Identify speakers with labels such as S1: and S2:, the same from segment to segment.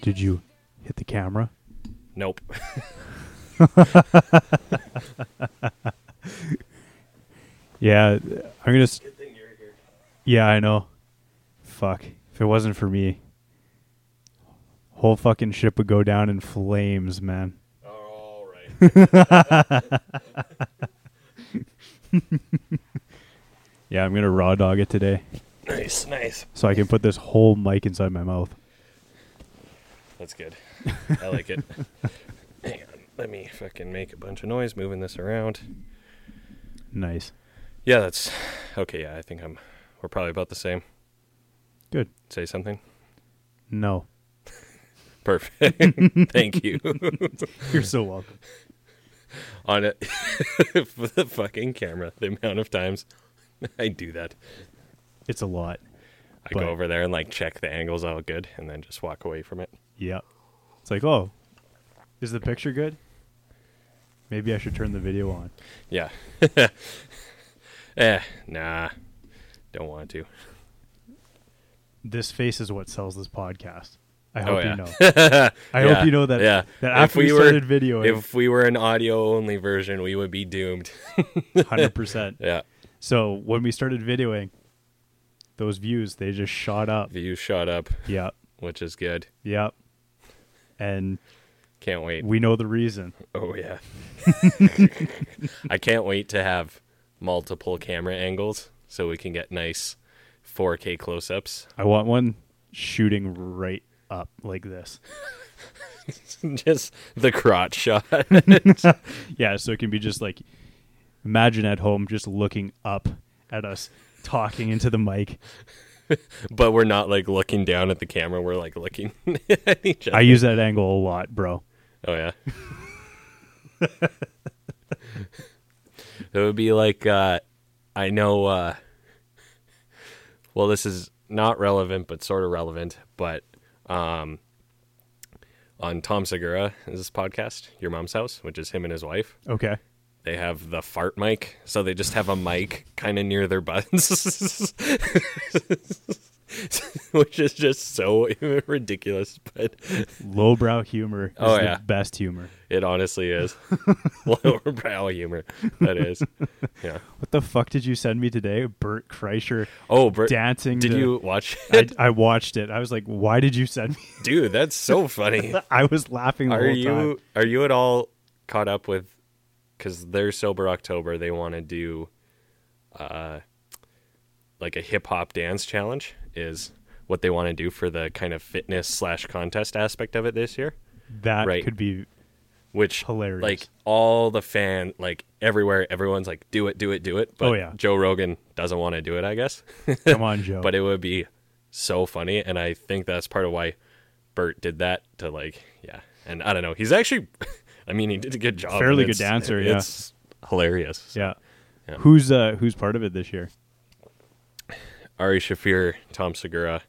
S1: Did you hit the camera?
S2: Nope.
S1: Yeah, I'm gonna. s- Yeah, I know. Fuck. If it wasn't for me, whole fucking ship would go down in flames, man.
S2: All right.
S1: Yeah, I'm gonna raw dog it today,
S2: nice, nice.
S1: so I can put this whole mic inside my mouth.
S2: That's good. I like it. Hang on. Let me fucking make a bunch of noise moving this around.
S1: Nice.
S2: Yeah, that's okay. Yeah, I think I'm. We're probably about the same.
S1: Good.
S2: Say something.
S1: No,
S2: Perfect. Thank you.
S1: you're so welcome.
S2: On it for the fucking camera. The amount of times I do that,
S1: It's a lot.
S2: I
S1: But-
S2: go over there and like check the angles all good, and then just walk away from it.
S1: Yeah. It's like, oh, is the picture good? Maybe I should turn the video on.
S2: Yeah. eh, nah. Don't want to.
S1: This face is what sells this podcast. I
S2: Oh,
S1: hope
S2: yeah.
S1: you know. I
S2: Yeah,
S1: hope you know that.
S2: yeah.
S1: That
S2: If
S1: after we,
S2: we were-
S1: started videoing,
S2: If we were an audio only version, we would be doomed.
S1: hundred percent.
S2: yeah.
S1: So when we started videoing, those views they just shot up.
S2: Views shot up,
S1: Yep,
S2: which is good.
S1: yep. And
S2: Can't wait.
S1: we know the reason.
S2: Oh yeah. I can't wait to have multiple camera angles so we can get nice 4K close-ups.
S1: I want one shooting right up like this.
S2: Just the crotch shot.
S1: Yeah, so it can be just like imagine at home just looking up at us talking into the mic.
S2: but we're not like looking down at the camera, we're like looking at each other.
S1: I use that angle a lot, bro.
S2: Oh yeah. it would be like uh I know uh well this is not relevant but sort of relevant, but um on Tom Segura's podcast, Your Mom's House, which is him and his wife,
S1: Okay.
S2: they have the fart mic, so they just have a mic kind of near their buttons, which is just so ridiculous. But
S1: Lowbrow humor is
S2: Oh,
S1: the
S2: yeah.
S1: best humor.
S2: It honestly is. Lowbrow humor. That is. Yeah.
S1: What the fuck did you send me today? Bert Kreischer
S2: Oh, Bert,
S1: dancing.
S2: did
S1: to-
S2: you watch
S1: I,
S2: it?
S1: I watched it. I was like, why did you send me?
S2: Dude, that's so funny.
S1: I was laughing the
S2: Are
S1: whole
S2: you
S1: time.
S2: are you at all caught up with cuz they're sober October, they want to do uh like a hip hop dance challenge is what they want to do for the kind of fitness slash contest aspect of it this year.
S1: That
S2: right.
S1: could be
S2: which
S1: Hilarious.
S2: Like all the fan, like everywhere, everyone's like, "Do it, do it, do it." But
S1: Oh, yeah.
S2: Joe Rogan doesn't want to do it, I guess.
S1: come on, Joe.
S2: but it would be so funny, and I think that's part of why Bert did that to like, yeah. And I don't know, he's actually, I mean, he did a good job. and
S1: Fairly good
S2: it's-
S1: dancer, yeah.
S2: It's hilarious.
S1: yeah.
S2: Yeah.
S1: Who's uh who's part of it this year?
S2: Ari Shafir, Tom Segura,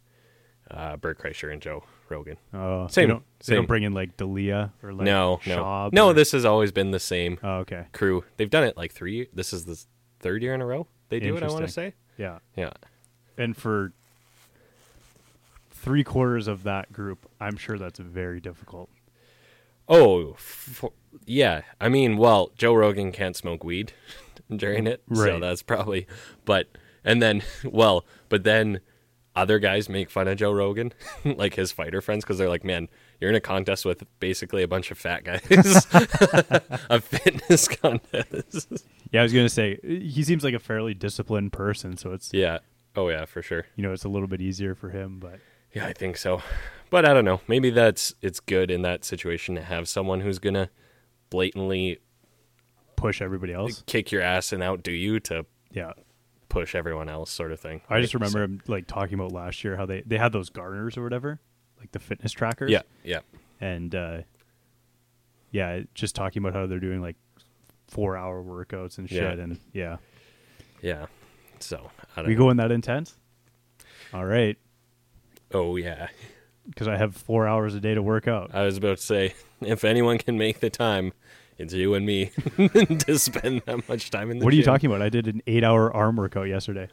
S2: uh, Bert Kreischer, and Joe Rogan.
S1: Oh,
S2: Same-
S1: They don't, they
S2: same.
S1: don't bring in like Dalia or like
S2: no, no,
S1: Schaub
S2: no.
S1: or-
S2: This has always been the same
S1: Oh, okay.
S2: crew. They've done it like three. This is the third year in a row they do it. I want to
S1: Interesting.
S2: say.
S1: Yeah,
S2: Yeah.
S1: and for three quarters of that group, I'm sure that's very difficult.
S2: Oh, f yeah. I mean, well, Joe Rogan can't smoke weed during it, so
S1: Right.
S2: that's probably. But and then, well, but then other guys make fun of Joe Rogan, like his fighter friends, because they're like, "Man, you're in a contest with basically a bunch of fat guys, a fitness contest."
S1: Yeah, I was gonna say he seems like a fairly disciplined person, so it's
S2: yeah. Oh yeah, for sure.
S1: you know it's a little bit easier for him. But
S2: Yeah, I think so. But I don't know. Maybe that's it's good in that situation to have someone who's gonna blatantly
S1: push everybody else.
S2: kick your ass and outdo you to
S1: Yeah,
S2: push everyone else sort of thing.
S1: I just
S2: Right?
S1: remember him like talking about last year how they they had those garners or whatever, like the fitness
S2: So-
S1: trackers.
S2: yeah, yeah.
S1: and uh, yeah, just talking about how they're doing like four hour workouts and shit.
S2: Yeah.
S1: And yeah,
S2: Yeah. So, I don't
S1: we
S2: know.
S1: going that intense. All right,
S2: Oh yeah.
S1: because I have four hours a day to work out.
S2: I was about to say if anyone can make the time, it's you and me to spend that much time in the
S1: what are you
S2: gym.
S1: talking about? I did an eight hour arm workout yesterday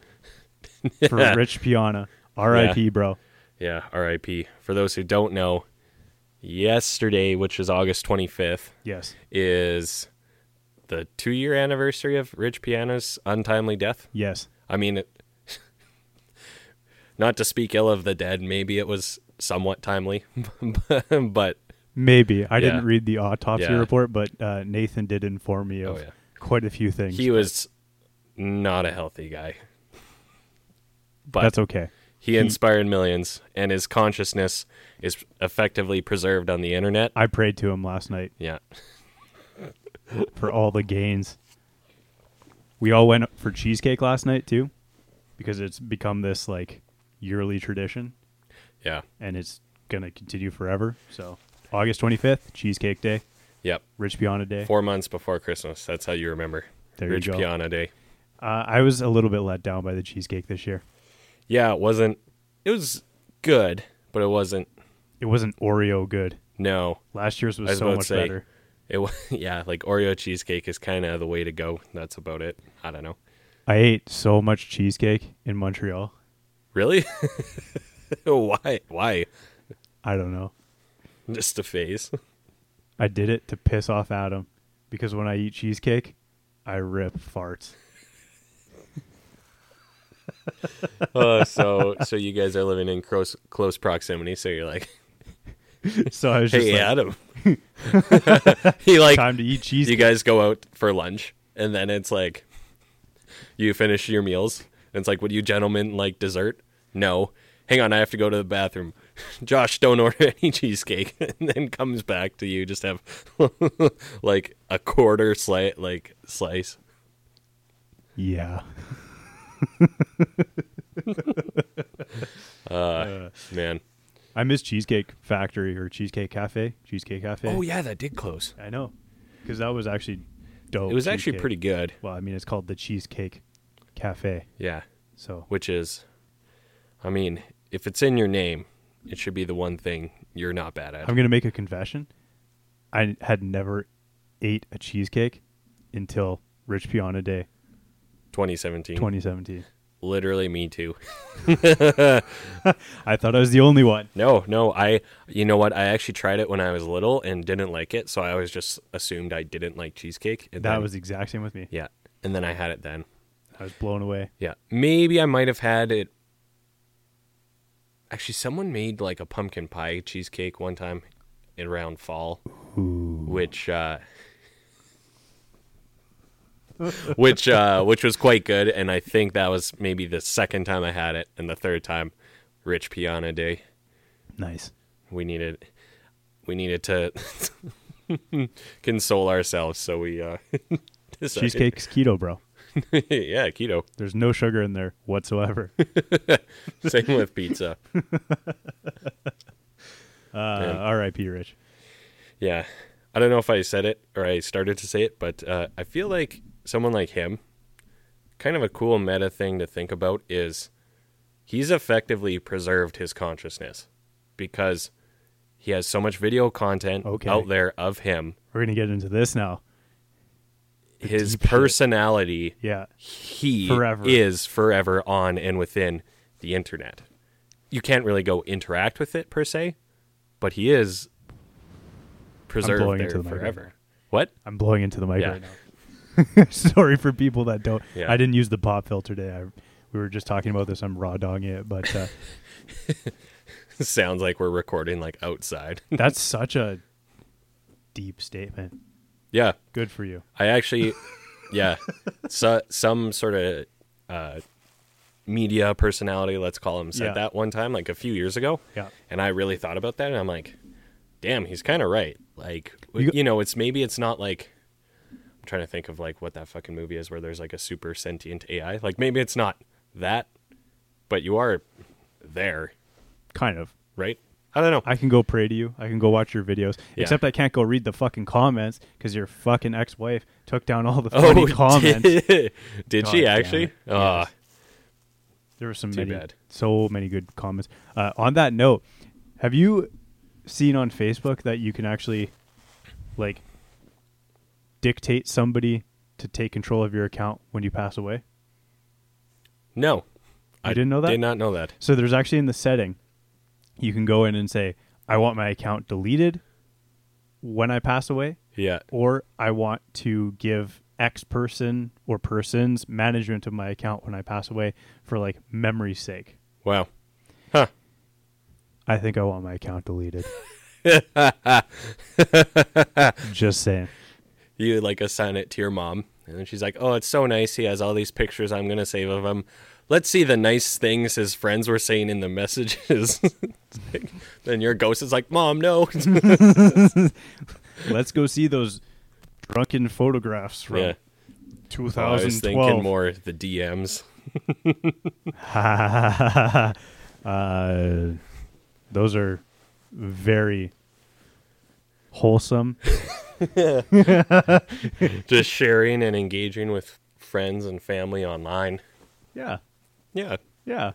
S1: for Rich Piana. R.I.P. Bro.
S2: Yeah, RIP. For those who don't know, yesterday, which is August 25th,
S1: Yes.
S2: is the two year anniversary of Rich Piana's untimely death.
S1: Yes.
S2: I mean, it, not to speak ill of the dead, maybe it was somewhat timely, but
S1: Maybe I didn't
S2: Yeah.
S1: read the autopsy
S2: Yeah.
S1: report, but uh, Nathan did inform me of
S2: Oh, yeah.
S1: quite a few things.
S2: he was not a healthy guy. But
S1: That's okay.
S2: he inspired millions, and his consciousness is effectively preserved on the internet.
S1: I prayed to him last night
S2: Yeah.
S1: for all the gains. We all went for cheesecake last night too, because it's become this like yearly tradition,
S2: Yeah.
S1: and it's gonna continue forever. So August twenty fifth, Cheesecake Day,
S2: Yep.
S1: Rich Piana Day.
S2: Four months before Christmas. That's how you remember.
S1: There you
S2: Rich
S1: go.
S2: Piana Day.
S1: Uh, I was a little bit let down by the cheesecake this year.
S2: Yeah, it wasn't. It was good, but it wasn't.
S1: It wasn't Oreo good.
S2: No,
S1: Last year's was,
S2: I was
S1: so
S2: about to
S1: much
S2: say,
S1: better.
S2: it was. Yeah, like Oreo cheesecake is kind of the way to go. That's about it. I don't know.
S1: I ate so much cheesecake in Montreal.
S2: Really? Why? Why?
S1: I don't know.
S2: Just a phase.
S1: I did it to piss off Adam because when I eat cheesecake, I rip farts.
S2: Uh, so, so you guys are living in close close proximity. So you're like,
S1: So I was just
S2: hey,
S1: like,
S2: Adam. he like
S1: time to eat
S2: you
S1: cheesecake.
S2: guys go out for lunch and then it's like you finish your meals and it's like would you gentlemen like dessert no hang on i have to go to the bathroom josh don't order any cheesecake and then comes back to you just have like a quarter slice like slice
S1: Yeah.
S2: man
S1: I miss Cheesecake Factory or Cheesecake Cafe. Cheesecake Cafe.
S2: oh yeah that did close
S1: I know. Because that was actually dope.
S2: it was actually
S1: Oh, cheesecake.
S2: pretty good
S1: Well, I mean, it's called the Cheesecake Cafe.
S2: yeah
S1: So
S2: which is i mean if it's in your name it should be the one thing you're not bad at
S1: I'm going to make a confession. I had never ate a cheesecake until Rich Piana Day
S2: 2017
S1: 2017.
S2: literally me too
S1: I thought I was the only one.
S2: No, no, I you know what? I actually tried it when I was little and didn't like it, so I always just assumed I didn't like cheesecake. And
S1: That
S2: then-
S1: was the exact same with me.
S2: yeah. And then I had it then.
S1: I was blown away.
S2: Yeah. Maybe I might have had it Actually, someone made like a pumpkin pie cheesecake one time around fall, which uh which uh which was quite good and I think that was maybe the second time I had it and the third time Rich Piana Day.
S1: Nice.
S2: we needed we needed to console ourselves so we uh decided-
S1: Cheesecake's keto, bro.
S2: yeah keto
S1: There's no sugar in there whatsoever.
S2: same with pizza
S1: Uh, R.I.P. Rich.
S2: yeah i don't know if i said it or i started to say it but uh i feel like someone like him kind of a cool meta thing to think about is he's effectively preserved his consciousness because he has so much video content
S1: Okay.
S2: out there of him
S1: We're gonna get into this now.
S2: his
S1: deep shit.
S2: personality
S1: Yeah,
S2: he
S1: Forever.
S2: is forever on and within the internet. You can't really go interact with it per se, but he is
S1: blowing
S2: preserved
S1: into
S2: there
S1: the microphone.
S2: forever. What?
S1: I'm blowing into the mic
S2: Yeah.
S1: right now. Sorry for people that don't.
S2: Yeah.
S1: I didn't use the pop filter today. I, we were just talking about this. I'm raw dogging it, but uh,
S2: Sounds like we're recording like outside.
S1: that's such a deep statement.
S2: yeah,
S1: Good for you.
S2: I actually, yeah, so, some sort of uh, media personality, let's call him, said
S1: Yeah.
S2: that one time, like a few years ago.
S1: Yeah.
S2: And I really thought about that, and I'm like, damn, he's kind of right. Like, w-
S1: You
S2: you,
S1: go-
S2: know, it's maybe it's not like I'm trying to think of like what that fucking movie is where there's like a super sentient AI. Like, maybe it's not that, but you are there,
S1: Kind of.
S2: right? I don't know.
S1: I can go pray to you. I can go watch your videos.
S2: Yeah.
S1: Except I can't go read the fucking comments because your fucking ex-wife took down all the funny comments.
S2: Oh, did, did she
S1: God damn
S2: actually?
S1: it.
S2: Ah,
S1: Yes. There were some
S2: Too
S1: many,
S2: bad.
S1: so many good comments. Uh, on that note, have you seen on Facebook that you can actually like dictate somebody to take control of your account when you pass away?
S2: no.
S1: You didn't know that?
S2: Did not know that.
S1: So there's actually in the setting, you can go in and say, I want my account deleted when I pass away,
S2: Yeah.
S1: or I want to give X person or persons management of my account when I pass away for like memory's sake.
S2: Wow. Huh.
S1: I think I want my account deleted. Just saying.
S2: You like assign it to your mom, and then she's like, "Oh, it's so nice. He has all these pictures. I'm gonna save of him. Let's see the nice things his friends were saying in the messages." It's like- then your ghost is like, "Mom, no."
S1: Let's go see those drunken photographs from
S2: yeah. Oh, I was
S1: 2012.
S2: thinking more the DMs.
S1: uh, those are very wholesome.
S2: just sharing and engaging with friends and family online.
S1: Yeah,
S2: Yeah,
S1: yeah.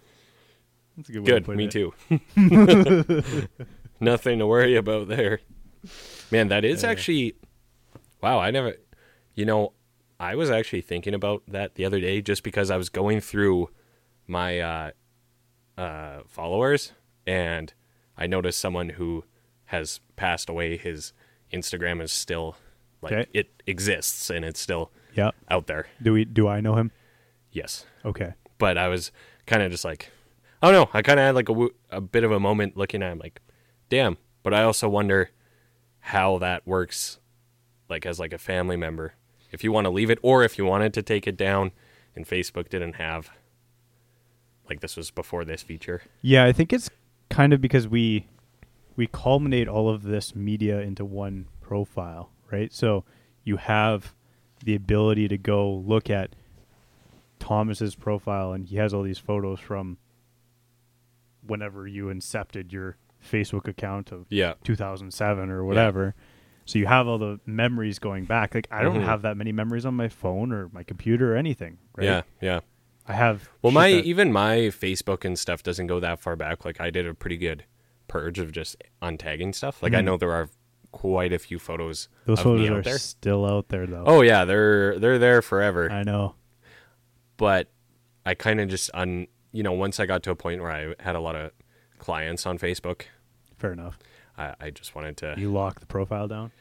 S1: That's a good way to
S2: good.
S1: put
S2: Me
S1: it.
S2: too. Nothing to worry about there. Man, that is actually wow. I never, you know, I was actually thinking about that the other day just because I was going through my uh, uh, followers and I noticed someone who has passed away. His Instagram is still like
S1: Okay.
S2: it exists and it's still
S1: Yeah.
S2: out there.
S1: Do we? Do I know him?
S2: Yes.
S1: Okay.
S2: but I was kind of just like, I don't know. I kind of had like a, wo- a bit of a moment looking at him like, damn. But I also wonder how that works, like as like a family member, if you want to leave it or if you wanted to take it down, and Facebook didn't have. Like this was before this feature.
S1: Yeah, I think it's kind of because we we culminate all of this media into one profile, right? So you have the ability to go look at Thomas's profile and he has all these photos from whenever you incepted your Facebook account of
S2: Yeah.
S1: 2007 or whatever. So you have all the memories going back. Like I don't
S2: Mhm.
S1: have that many memories on my phone or my computer or anything, right?
S2: Yeah. Yeah.
S1: I have
S2: Well,
S1: shit
S2: my
S1: that-
S2: even my Facebook and stuff doesn't go that far back. Like I did a pretty good purge of just untagging stuff. Like I know there are quite a few photos
S1: Hmm. those
S2: of
S1: photos
S2: me out
S1: are
S2: there.
S1: still out there though.
S2: Oh yeah, they're they're there forever.
S1: I know.
S2: but I kind of just un you know once I got to a point where I had a lot of clients on Facebook,
S1: Fair enough.
S2: I, I just wanted to.
S1: You lock the profile down.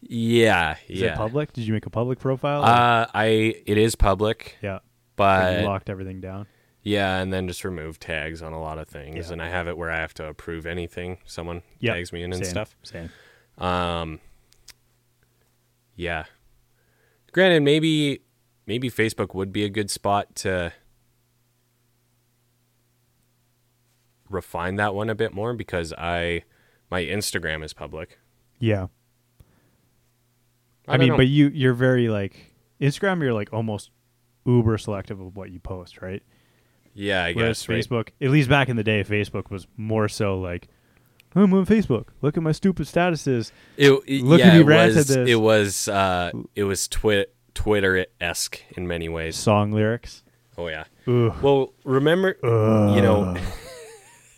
S2: yeah,
S1: Is
S2: yeah.
S1: it public? Did you make a public profile?
S2: Uh, I it is public,
S1: yeah.
S2: but
S1: you locked everything down.
S2: yeah, and then just remove tags on a lot of things,
S1: Yeah.
S2: and I have it where I have to approve anything someone
S1: Yeah.
S2: tags me in and
S1: Same,
S2: stuff.
S1: Same.
S2: Um, yeah. Granted, maybe maybe Facebook would be a good spot to refine that one a bit more because I my Instagram is public.
S1: Yeah. I,
S2: don't
S1: mean,
S2: know.
S1: but you you're very like Instagram. You're like almost uber selective of what you post, right?
S2: yeah, I guess right?
S1: Facebook, at least back in the day, Facebook was more so like, "Oh, I'm on Facebook. Look at my stupid statuses.
S2: It, it-
S1: Look
S2: yeah,
S1: at me
S2: it
S1: rant at
S2: was
S1: this.
S2: it was uh, it was twi- Twitter esque in many ways.
S1: Song lyrics.
S2: Oh yeah.
S1: Ooh.
S2: Well, remember, you know,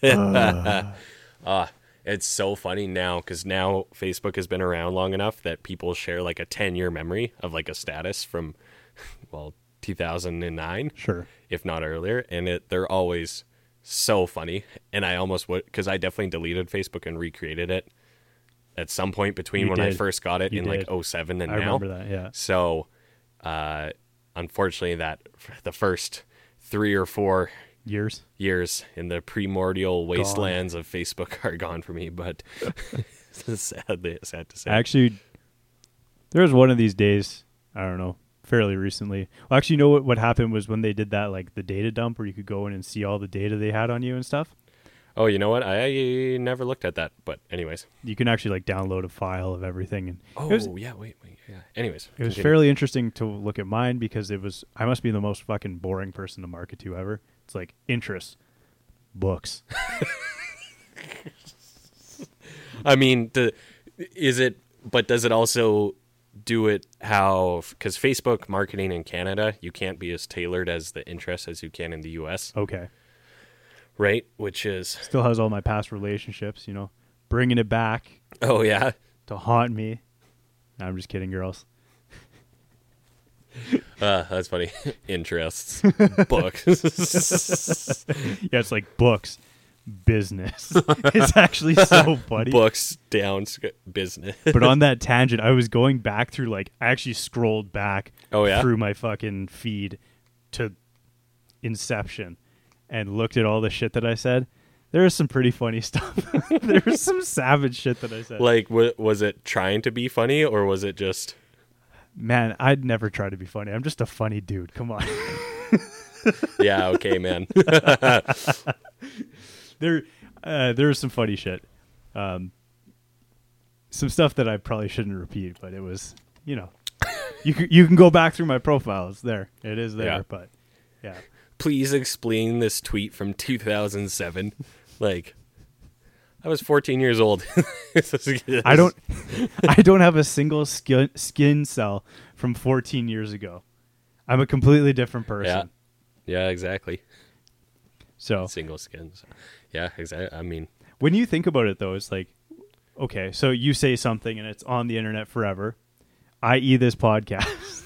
S2: Ah, it's so funny now because now Facebook has been around long enough that people share like a 10 year memory of like a status from, well, 2009,
S1: Sure.
S2: if not earlier. And it they're always so funny. And I almost would, because I definitely deleted Facebook and recreated it at some point between
S1: You
S2: when I
S1: did.
S2: first got it
S1: You
S2: in
S1: did.
S2: like 07 and
S1: I
S2: now.
S1: remember that. Yeah.
S2: So, uh, unfortunately, that the first three or four
S1: Years.
S2: years in the primordial wastelands of Facebook are gone for me, but sadly, sad to say.
S1: Actually, there was one of these days. I don't know. Fairly recently. Well, actually, you know what? What happened was when they did that, like the data dump, where you could go in and see all the data they had on you and stuff.
S2: oh, you know what? I never looked at that, but anyways.
S1: You can actually like download a file of everything, and
S2: Oh,
S1: it was
S2: yeah, wait, wait, yeah. Anyways.
S1: it was
S2: continue.
S1: fairly interesting to look at mine because it was I must be the most fucking boring person to market to ever. It's like interests, books.
S2: I mean, the, is it, but does it also do it how, because Facebook marketing in Canada, you can't be as tailored as the interest as you can in the US,
S1: Okay.
S2: right? Which is,
S1: Still has all my past relationships, you know, bringing it back
S2: oh, yeah.
S1: to haunt me. No, I'm just kidding, girls.
S2: Uh, that's funny. Interests, books.
S1: Yeah, it's like books, business. it's actually so funny.
S2: Books down sc- business.
S1: but on that tangent, I was going back through like I actually scrolled back
S2: Oh, yeah?
S1: through my fucking feed to Inception and looked at all the shit that I said. There is some pretty funny stuff. there was some savage shit that I said.
S2: like, w- was it trying to be funny or was it just?
S1: Man, I'd never try to be funny. I'm just a funny dude. Come on.
S2: Yeah, okay, man.
S1: there uh there was some funny shit. Um some stuff that I probably shouldn't repeat, but it was, you know. you can, you can go back through my profile. It's there. It is there,
S2: Yeah.
S1: but yeah.
S2: Please explain this tweet from 2007. Like, I was 14 years old. This is-
S1: I don't I don't have a single skin skin cell from 14 years ago. I'm a completely different
S2: Yeah.
S1: person.
S2: Yeah, exactly.
S1: So
S2: Single skins. Yeah, exactly. I mean,
S1: when you think about it though, it's like okay, so you say something and it's on the internet forever. I.e. this podcast.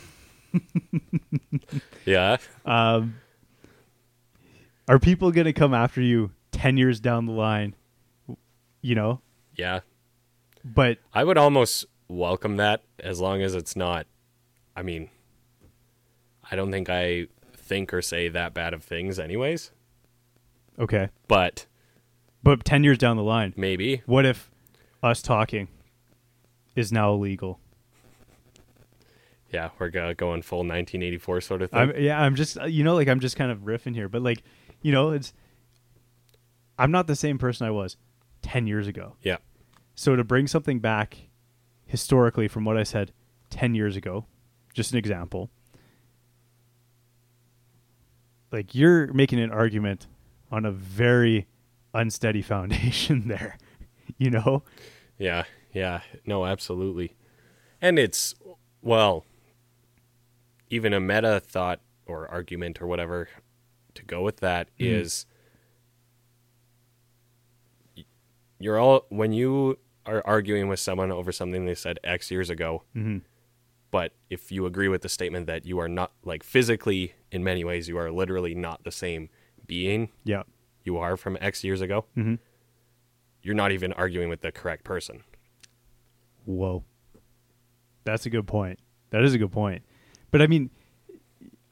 S2: yeah.
S1: Are people going to come after you 10 years down the line? You know,
S2: Yeah.
S1: but
S2: I would almost welcome that as long as it's not. I mean, I don't think I think or say that bad of things, anyways.
S1: okay.
S2: But
S1: But 10 years down the line,
S2: maybe
S1: what if us talking is now illegal?
S2: Yeah, we're go- going full 1984 sort of thing.
S1: I'm yeah, I'm just you know like I'm just kind of riffing here, but like you know it's I'm not the same person I was 10 years ago.
S2: yeah,
S1: So to bring something back historically from what I said 10 years ago, just an example. Like you're making an argument on a very unsteady foundation there. You know?
S2: yeah, yeah. No, absolutely. And it's, well, even a meta thought or argument or whatever to go with that
S1: Mhm.
S2: is y- you're all, when you are arguing with someone over something they said X years ago,
S1: Mhm.
S2: but if you agree with the statement that you are not, like physically, in many ways, you are literally not the same being
S1: Yeah.
S2: you are from X years ago,
S1: Mhm.
S2: you're not even arguing with the correct person.
S1: Whoa. That's a good point. That is a good point. But I mean,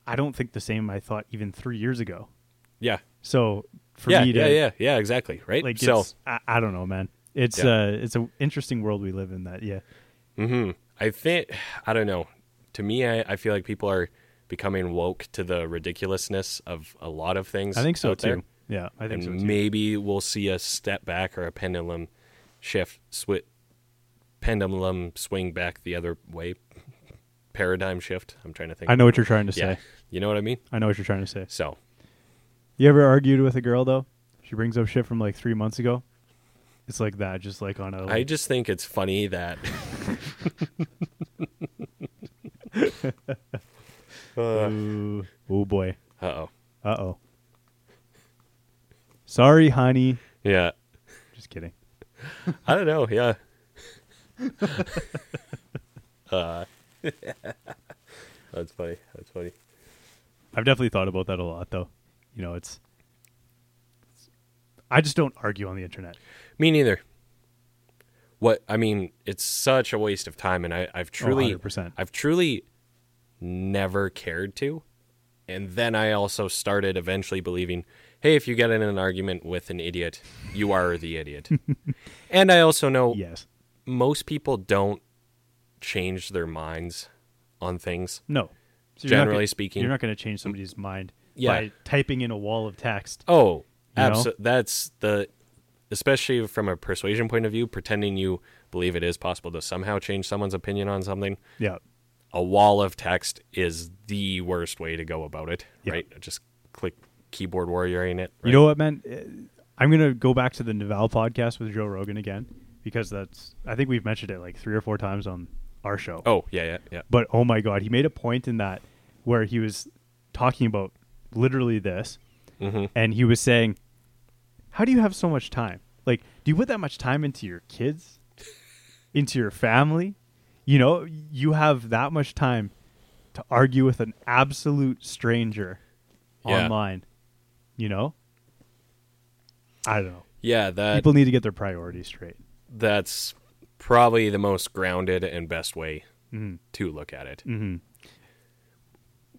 S1: I don't think the same I thought even three years ago.
S2: Yeah.
S1: So for
S2: yeah,
S1: me to
S2: yeah, yeah, yeah, exactly. Right.
S1: like,
S2: so
S1: it's, I, I don't know, man. It's
S2: Yeah.
S1: uh, it's an interesting world we live in. That yeah,
S2: mm-hmm. I think I don't know. To me, I, I feel like people are becoming woke to the ridiculousness of a lot of things.
S1: I think so
S2: out there.
S1: too. Yeah, I think
S2: And
S1: so too.
S2: maybe we'll see a step back or a pendulum shift, swi pendulum swing back the other way, paradigm shift. I'm trying to think.
S1: I know what you're trying to say.
S2: Yeah, you know what I mean.
S1: I know what you're trying to say.
S2: So
S1: You ever argued with a girl though? She brings up shit from like three months ago. It's like that, just like on a.
S2: I just think it's funny that. uh
S1: Ooh, oh boy.
S2: oh.
S1: Uh oh. Sorry, honey.
S2: Yeah.
S1: Just kidding.
S2: I don't know. Yeah. uh, that's funny. That's funny.
S1: I've definitely thought about that a lot, though. You know, it's. I just don't argue on the internet.
S2: Me neither. What I mean, it's such a waste of time, and I, I've
S1: Oh,
S2: truly,
S1: 100%.
S2: I've truly never cared to. And then I also started eventually believing, hey, if you get in an argument with an idiot, you are the idiot. and I also know
S1: Yes.
S2: most people don't change their minds on things.
S1: No. So
S2: Generally
S1: gonna,
S2: speaking.
S1: you're not going to change somebody's mind
S2: Yeah.
S1: by typing in a wall of text.
S2: Oh,
S1: You know?
S2: abso- that's the especially from a persuasion point of view, pretending you believe it is possible to somehow change someone's opinion on something.
S1: Yeah.
S2: A wall of text is the worst way to go about it,
S1: Yeah.
S2: right? Just click keyboard warrior in it.
S1: You know what, man? Uh, I'm going to go back to the Naval podcast with Joe Rogan again because that's. I think we've mentioned it like three or four times on our show.
S2: Oh, yeah, yeah, yeah.
S1: But oh my god, he made a point in that where he was talking about literally this,
S2: Mm-hmm.
S1: and he was saying, "How do you have so much time? Like, do you put that much time into your kids, into your family? You know, you have that much time to argue with an absolute stranger
S2: Yeah.
S1: online. You know, I don't know.
S2: Yeah, that
S1: People need to get their priorities straight.
S2: that's probably the most grounded and best way
S1: Mhm.
S2: to look at it.
S1: Mm-hmm.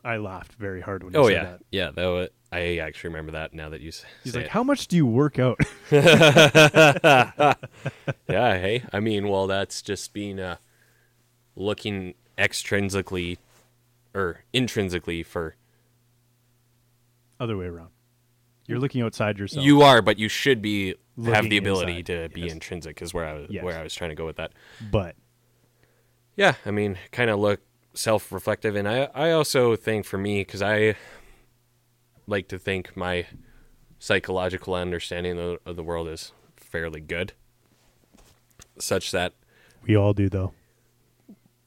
S1: I laughed very hard when you
S2: Oh
S1: said
S2: yeah,
S1: that.
S2: yeah. That wa- I actually remember that now that you s-
S1: He's
S2: say
S1: like,
S2: it.
S1: "How much do you work out?"
S2: yeah, hey. I mean, well, that's just being uh, looking extrinsically or intrinsically for.
S1: Other way around. You're looking outside yourself.
S2: You are, but you should be have
S1: Looking
S2: the ability
S1: inside,
S2: to be
S1: yes.
S2: intrinsic. Is where I was
S1: Yes.
S2: where I was trying to go with that.
S1: but
S2: Yeah, I mean, kind of look self-reflective, and I I also think for me because I like to think my psychological understanding of, of the world is fairly good, such that.
S1: we all do though.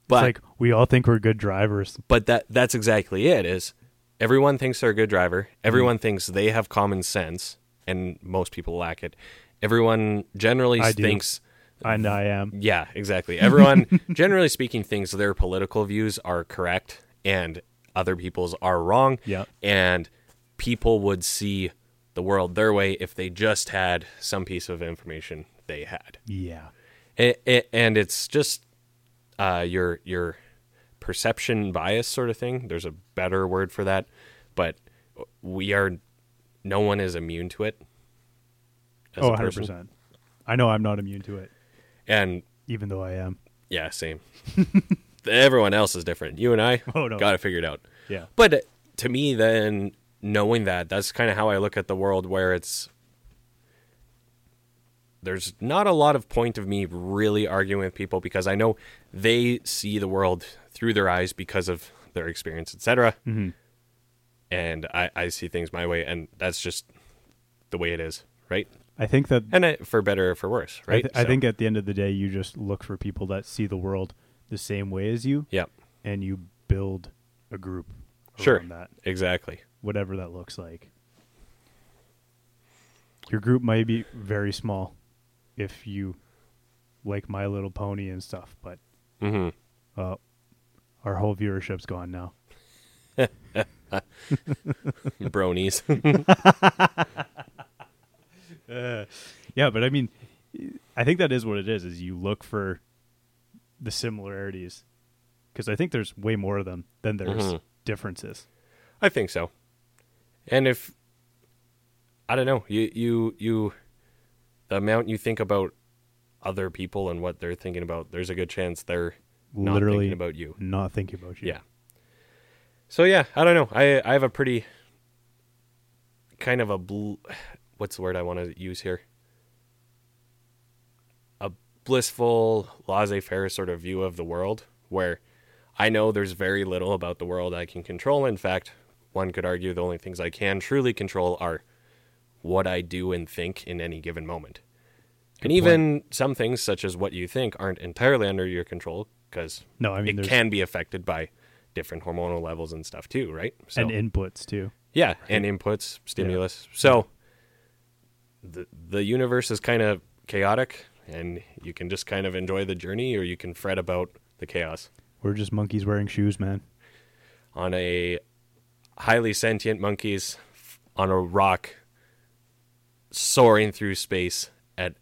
S2: But
S1: it's like we all think we're good drivers.
S2: but that that's exactly it is everyone thinks they're a good driver
S1: Mm-hmm.
S2: everyone thinks they have common sense and most people lack it everyone generally
S1: I do.
S2: thinks
S1: And I am.
S2: yeah exactly everyone generally speaking thinks their political views are correct and other people's are wrong
S1: Yeah.
S2: and people would see the world their way if they just had some piece of information they had
S1: Yeah.
S2: a- a- and it's just uh, your your perception bias sort of thing. There's a better word for that, but we are no one is immune to it. as
S1: Oh,
S2: a
S1: 100
S2: person.
S1: percent. I know I'm not immune to it,
S2: And
S1: even though I am.
S2: yeah, same. Everyone else is different. You and I
S1: Oh, no.
S2: got it figured out.
S1: Yeah.
S2: But to me, then knowing that, that's kind of how I look at the world where it's there's not a lot of point of me really arguing with people because I know they see the world through their eyes because of their experience, etc.
S1: Mm-hmm.
S2: And I, I see things my way, and that's just the way it is, right?
S1: I think that
S2: And I, for better or for worse, right?
S1: I, th- I
S2: So,
S1: think at the end of the day, you just look for people that see the world the same way as you,
S2: yeah,
S1: and you build a group around
S2: Sure.
S1: that,
S2: exactly.
S1: whatever that looks like. Your group might be very small, if you like My Little Pony and stuff, but
S2: hmm
S1: uh, our whole viewership's gone now.
S2: Bronies.
S1: Yeah, but I mean, I think that is what it is. Is you look for the similarities, because I think there's way more of them than there's
S2: Mhm.
S1: differences.
S2: I think so. And if I don't know, you you you the amount you think about other people and what they're thinking about, there's a good chance they're not
S1: Literally
S2: thinking about you.
S1: Not thinking about you.
S2: Yeah. So yeah, I don't know. I I have a pretty kind of a bl- what's the word I want to use here? A blissful, laissez-faire sort of view of the world where I know there's very little about the world I can control. In fact, one could argue the only things I can truly control are what I do and think in any given moment. and even some things such as what you think aren't entirely under your control because
S1: No, I mean,
S2: it
S1: there's
S2: can be affected by different hormonal levels and stuff too, right? So
S1: and inputs too.
S2: yeah, and inputs, stimulus. So the the universe is kind of chaotic, and you can just kind of enjoy the journey, or you can fret about the chaos.
S1: We're just monkeys wearing shoes, man.
S2: On a highly sentient monkeys f- on a rock soaring through space at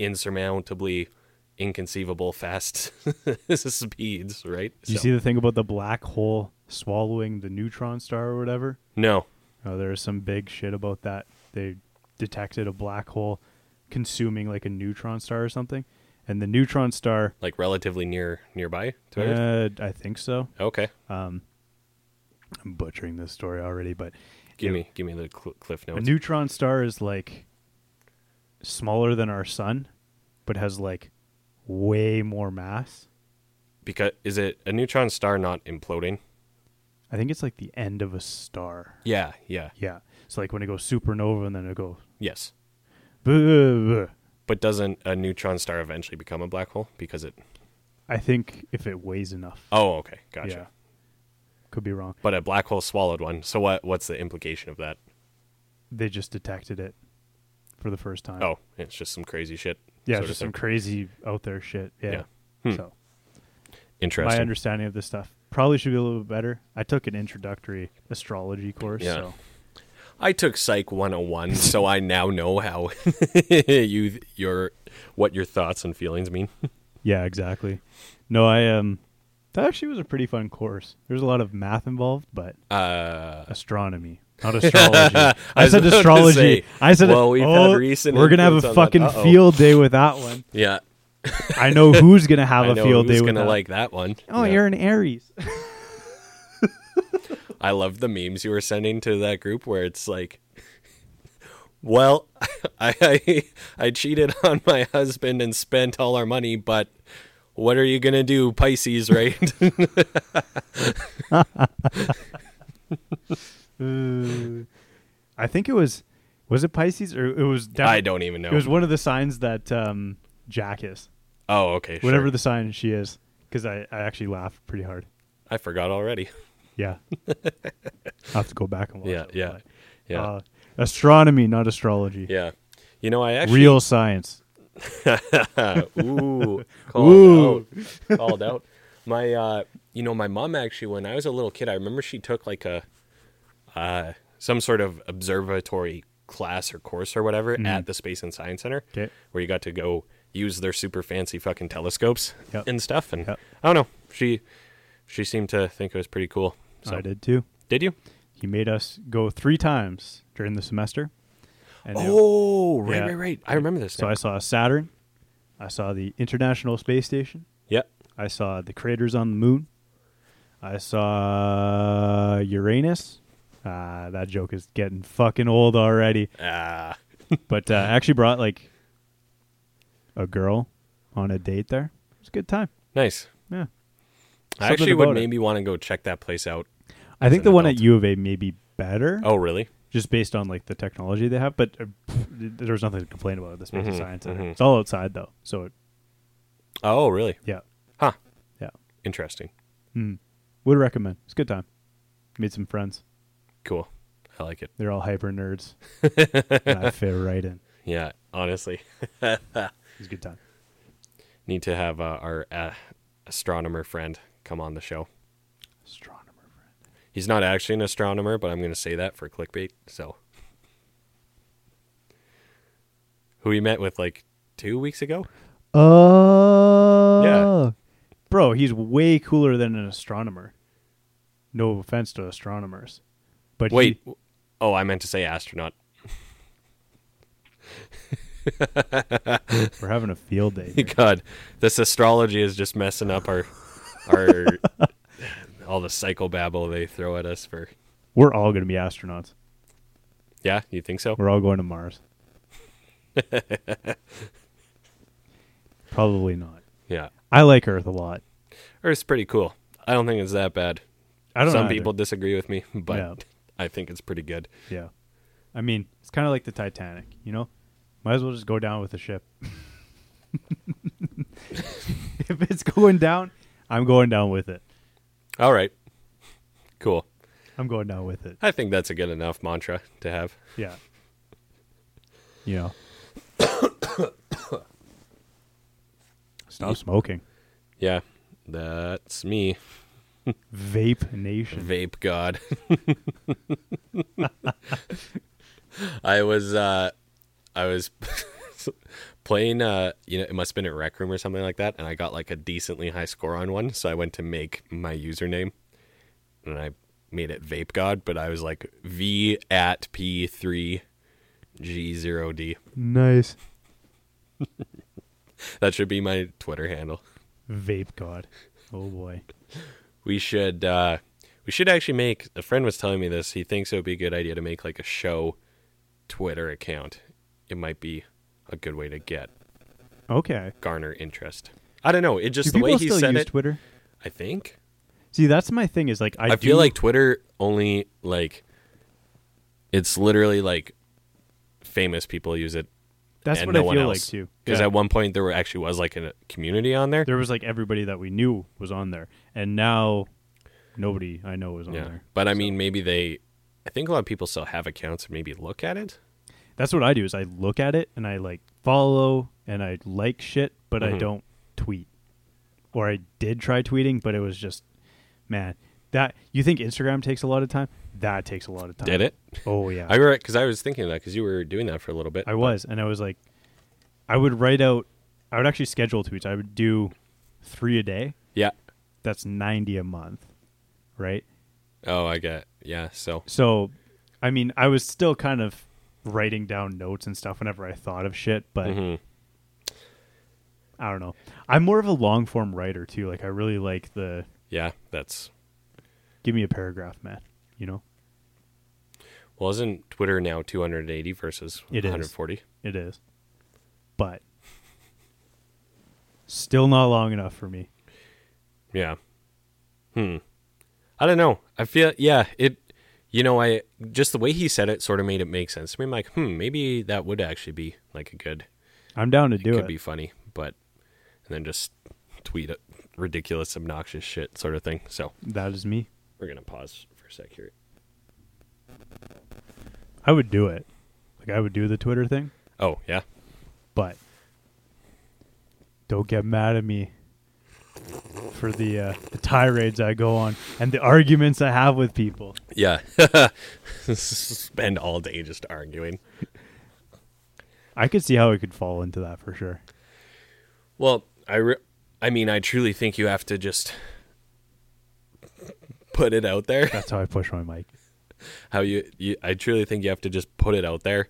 S2: insurmountably inconceivable fast speeds, right?
S1: Do you
S2: So-
S1: see the thing about the black hole swallowing the neutron star or whatever?
S2: no.
S1: Oh, there was some big shit about that. They detected a black hole consuming like a neutron star or something, and the neutron star.
S2: like relatively near nearby to Earth?
S1: Uh, I think so.
S2: Okay,
S1: I'm butchering this story already, but
S2: give me give me the cl- cliff
S1: a
S2: notes.
S1: neutron star is like smaller than our sun, but has like way more mass.
S2: because is it a neutron star not imploding?
S1: I think it's like the end of a star.
S2: Yeah, yeah,
S1: Yeah. So like when it goes supernova and then it goes.
S2: yes.
S1: "Buh."
S2: But doesn't a neutron star eventually become a black hole because it?
S1: I think if it weighs enough.
S2: Oh, okay, gotcha.
S1: Could be wrong.
S2: But a black hole swallowed one. So what? What's the implication of that?
S1: They just detected it for the first time.
S2: Oh, it's just some crazy shit.
S1: Uh, Yeah,
S2: sort
S1: it's just
S2: of
S1: some
S2: thing. Hmm.
S1: crazy out there shit. Yeah. So
S2: Interesting.
S1: my understanding of this stuff probably should be a little bit better. I took an introductory astrology course,
S2: Yeah.
S1: so
S2: I took Psych 101, so I now know how you your what your thoughts and feelings mean.
S1: Yeah, exactly. No, I um that actually was a pretty fun course. There's a lot of math involved, but
S2: Uh,
S1: astronomy. Not astrology. I,
S2: I was
S1: said
S2: about to
S1: astrology.
S2: say,
S1: I said
S2: well, we've
S1: oh,
S2: had recent
S1: we're gonna have
S2: influence
S1: a
S2: on that.
S1: fucking
S2: Uh-oh.
S1: field day with that one.
S2: yeah,
S1: I know who's gonna have
S2: I
S1: a
S2: know
S1: field
S2: who's
S1: day with
S2: gonna
S1: that.
S2: like that one.
S1: oh,
S2: Yeah.
S1: you're an Aries.
S2: I love the memes you were sending to that group where it's like, well, I, I I cheated on my husband and spent all our money, but what are you gonna do, Pisces? Right?
S1: Uh, I think it was was it Pisces or it was
S2: I
S1: definitely
S2: don't even know.
S1: It was one of the signs that um, Jack is.
S2: oh, okay. Sure.
S1: Whatever the sign she is, because I, I actually laughed pretty hard.
S2: I forgot already.
S1: Yeah. I'll have to go back and watch
S2: Yeah,
S1: it.
S2: yeah,
S1: but,
S2: yeah,
S1: uh, astronomy, not astrology.
S2: yeah. You know, I actually
S1: Real science.
S2: Ooh, called
S1: Ooh.
S2: out, called out. My, uh, you know, my mom actually, when I was a little kid, I remember she took like a, uh, some sort of observatory class or course or whatever at the Space and Science Center,
S1: Mm-hmm. Okay.
S2: where you got to go use their super fancy fucking telescopes
S1: Yep.
S2: and stuff. And
S1: Yep.
S2: I don't know, she, she seemed to think it was pretty cool. So
S1: I did too.
S2: did you?
S1: He made us go three times during the semester. And it-
S2: Oh, right,
S1: Yeah.
S2: right, right. I remember this.
S1: so
S2: now.
S1: I saw Saturn. I saw the International Space Station.
S2: yep.
S1: I saw the craters on the moon. I saw Uranus. Ah, that joke is getting fucking old already.
S2: Ah,
S1: But uh, I actually brought like a girl on a date there. It was a good time.
S2: nice.
S1: Yeah.
S2: I
S1: Something
S2: actually would
S1: about it.
S2: maybe want to go check that place out.
S1: I think
S2: an
S1: the one
S2: adult.
S1: at U of A may be better,
S2: Oh, really?
S1: just based on like the technology they have. But uh, pff, there was nothing to complain about at the Space
S2: Mhm,
S1: and Science Center.
S2: mhm.
S1: It's all outside though, so it,
S2: Oh, really?
S1: yeah,
S2: Huh.
S1: yeah.
S2: Interesting.
S1: Mm. Would recommend. It's a good time. Made some friends.
S2: Cool. I like it.
S1: They're all hyper nerds, and I fit right in.
S2: Yeah, honestly.
S1: It's a good time.
S2: Need to have uh, our uh, astronomer friend come on the show.
S1: Astronomer friend.
S2: He's not actually an astronomer, but I'm going to say that for clickbait. So, who we met with like two weeks ago?
S1: Oh, bro, he's way cooler than an astronomer. No offense to astronomers, but he-
S2: Wait. w- Oh, I meant to say astronaut.
S1: we're having a field day. here.
S2: God, this astrology is just messing up our our all the psychobabble they throw at us for.
S1: we're all gonna be astronauts.
S2: Yeah, you think so?
S1: We're all going to Mars. Probably not.
S2: Yeah.
S1: I like Earth a lot.
S2: Earth's pretty cool. I don't think it's that bad.
S1: I don't.
S2: Some
S1: know either.
S2: people disagree with me, but
S1: Yeah.
S2: I think it's pretty good.
S1: Yeah. I mean, it's kind of like the Titanic. You know, might as well just go down with the ship. if it's going down, I'm going down with it.
S2: All right. Cool.
S1: I'm going down with it.
S2: I think that's a good enough mantra to have.
S1: Yeah. You know. Stop smoking.
S2: Yeah. That's me,
S1: Vape Nation.
S2: vape god. I was uh I was playing uh you know it must have been a rec room or something like that and I got like a decently high score on one, so I went to make my username and I made it vape god, but I was like V at P three G zero D.
S1: Nice.
S2: That should be my Twitter handle.
S1: Vape God. Oh boy.
S2: We should uh we should actually make a friend was telling me this. He thinks it would be a good idea to make like a show Twitter account. It might be a good way to get
S1: Okay.
S2: garner interest. I don't know.
S1: Do
S2: It just the way
S1: people
S2: he
S1: still
S2: said
S1: use
S2: it.
S1: Twitter?
S2: I think.
S1: See, that's my thing. Is like I,
S2: I, feel
S1: do-
S2: like Twitter only like it's literally like famous people use it
S1: that's
S2: and
S1: what
S2: no
S1: I
S2: one
S1: feel
S2: else.
S1: like too.
S2: Because
S1: Yeah.
S2: at one point there were, actually was like a community on there.
S1: there was like everybody that we knew was on there, and now nobody I know is on
S2: yeah.
S1: there.
S2: But I mean maybe they I think a lot of people still have accounts and maybe look at it.
S1: That's what I do. Is I look at it and I like follow and I like shit, but I
S2: Mhm.
S1: don't tweet. Or I did try tweeting, but it was just man. That you think Instagram takes a lot of time? That takes a lot of time.
S2: Did it?
S1: Oh yeah.
S2: I wrote because I was thinking of that because you were doing that for a little bit.
S1: I was, and I was like, I would write out. I would actually schedule tweets. I would do three a day.
S2: Yeah.
S1: That's ninety a month, right?
S2: Oh, I get. Yeah. So
S1: So, I mean, I was still kind of writing down notes and stuff whenever I thought of shit, but
S2: mhm.
S1: I don't know. I'm more of a long form writer too. Like I really like the
S2: yeah, that's
S1: give me a paragraph, man. You know,
S2: well. Isn't Twitter now 280 versus
S1: It is.
S2: 140?
S1: it is, but still not long enough for me.
S2: Yeah. Hmm. I don't know. I feel yeah, it you know, I just the way he said it sort of made it make sense. I mean like, hmm, maybe that would actually be like a good
S1: I'm down to do
S2: could
S1: it.
S2: be funny, but and then just tweet it ridiculous, obnoxious shit sort of thing. So
S1: That is me.
S2: we're gonna pause for a sec here.
S1: I would do it. Like I would do the Twitter thing,
S2: Oh, yeah.
S1: but don't get mad at me for the uh, the tirades I go on and the arguments I have with people.
S2: Yeah. Spend all day just arguing.
S1: I could see how it could fall into that for sure.
S2: Well, I, re- I mean, I truly think you have to just put it out there.
S1: That's how I push my mic.
S2: How you, you? I truly think you have to just put it out there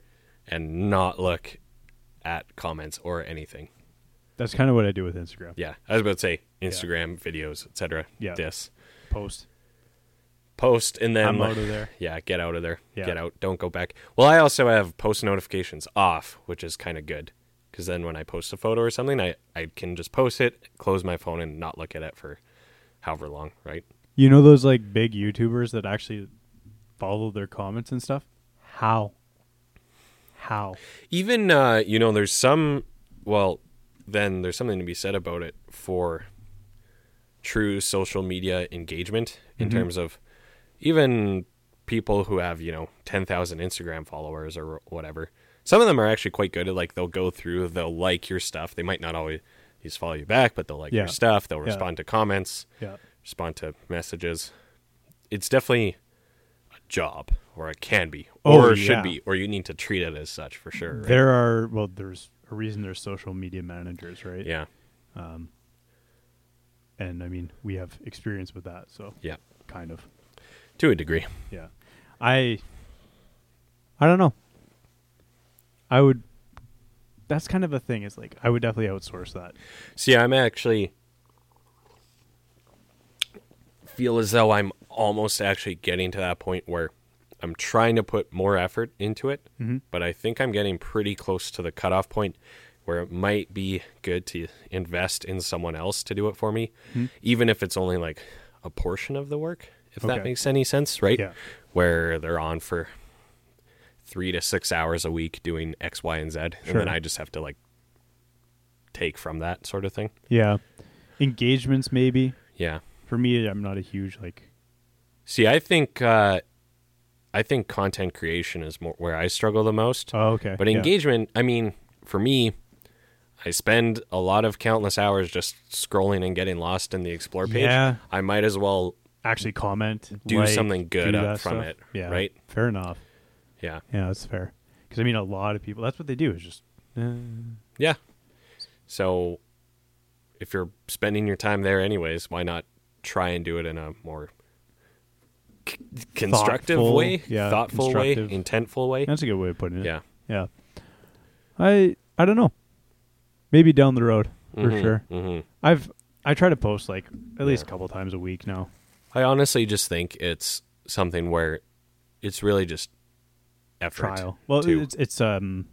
S2: and not look at comments or anything.
S1: That's kind of what I do with Instagram.
S2: Yeah, I was about to say Instagram videos, etc.
S1: Yeah.
S2: this
S1: Post.
S2: post and then
S1: I'm
S2: like-
S1: out of there.
S2: Yeah, get out of there.
S1: Yeah.
S2: Get out. Don't go back. Well, I also have post notifications off, which is kind of good because then when I post a photo or something, I I can just post it, close my phone, and not look at it for however long. Right?
S1: You know those like big YouTubers that actually follow their comments and stuff? How? How?
S2: even uh, you know there's some well then there's something to be said about it for true social media engagement in
S1: Mm-hmm.
S2: terms of even people who have you know 10,000 Instagram followers or whatever some of them are actually quite good at like they'll go through they'll like your stuff they might not always just follow you back but they'll like
S1: Yeah.
S2: your stuff they'll
S1: Yeah.
S2: respond to comments
S1: Yeah.
S2: respond to messages it's definitely a job or it can be
S1: Oh,
S2: or
S1: yeah.
S2: should be or you need to treat it as such for sure right?
S1: There are well there's a reason there's social media managers, right?
S2: Yeah,
S1: And I mean, we have experience with that, so
S2: yeah,
S1: kind of.
S2: to a degree.
S1: Yeah. I I don't know. I would that's kind of a thing. It's like I would definitely outsource that.
S2: See, I'm actually feel as though I'm almost actually getting to that point where I'm trying to put more effort into it,
S1: Mm-hmm.
S2: but I think I'm getting pretty close to the cutoff point where it might be good to invest in someone else to do it for me,
S1: Mm-hmm.
S2: even if it's only like a portion of the work, if
S1: Okay.
S2: that makes any sense, right?
S1: Yeah.
S2: Where they're on for three to six hours a week doing X, Y, and Z, and
S1: Sure.
S2: then I just have to like take from that sort of thing.
S1: Yeah. Engagements maybe.
S2: Yeah.
S1: For me, I'm not a huge like
S2: See, I think uh, I think content creation is more where I struggle the most.
S1: Oh, okay.
S2: but
S1: yeah.
S2: engagement, I mean, for me, I spend a lot of countless hours just scrolling and getting lost in the explore page.
S1: Yeah.
S2: I might as well.
S1: actually comment,
S2: Do
S1: like,
S2: something good
S1: do
S2: up
S1: that
S2: from
S1: stuff.
S2: it,
S1: Yeah,
S2: right?
S1: Fair enough.
S2: Yeah.
S1: Yeah, that's fair. Because I mean, a lot of people. That's what they do. Is just uh,
S2: Yeah. So if you're spending your time there anyways, why not try and do it in a more c- constructive
S1: Thoughtful,
S2: way,
S1: yeah,
S2: thoughtful way,
S1: constructive.
S2: intentful way?
S1: that's a good way of putting it.
S2: Yeah.
S1: yeah. I I don't know. Maybe down the road for
S2: Mhm,
S1: sure.
S2: mhm.
S1: I've I try to post like at least a couple times a week now.
S2: I honestly just think it's something where it's really just effort.
S1: Trial. Well,
S2: too.
S1: it's it's um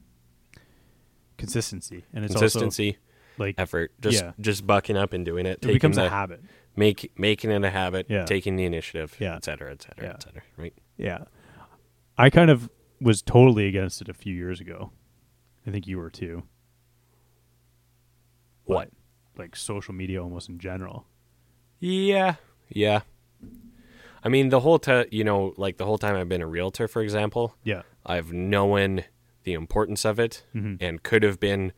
S1: consistency and it's
S2: consistency,
S1: also like
S2: effort, just
S1: yeah.
S2: just bucking up and doing it.
S1: it becomes
S2: the,
S1: a habit.
S2: Make making it a habit,
S1: Yeah.
S2: taking the initiative,
S1: Yeah.
S2: et cetera, et cetera,
S1: Yeah.
S2: et cetera. Right?
S1: Yeah. I kind of was totally against it a few years ago. I think you were too.
S2: What?
S1: Like social media almost in general.
S2: Yeah, yeah. I mean, the whole time, you know, like the whole time I've been a realtor, for example,
S1: Yeah. Mm-hmm.
S2: I've known the importance of it and could have been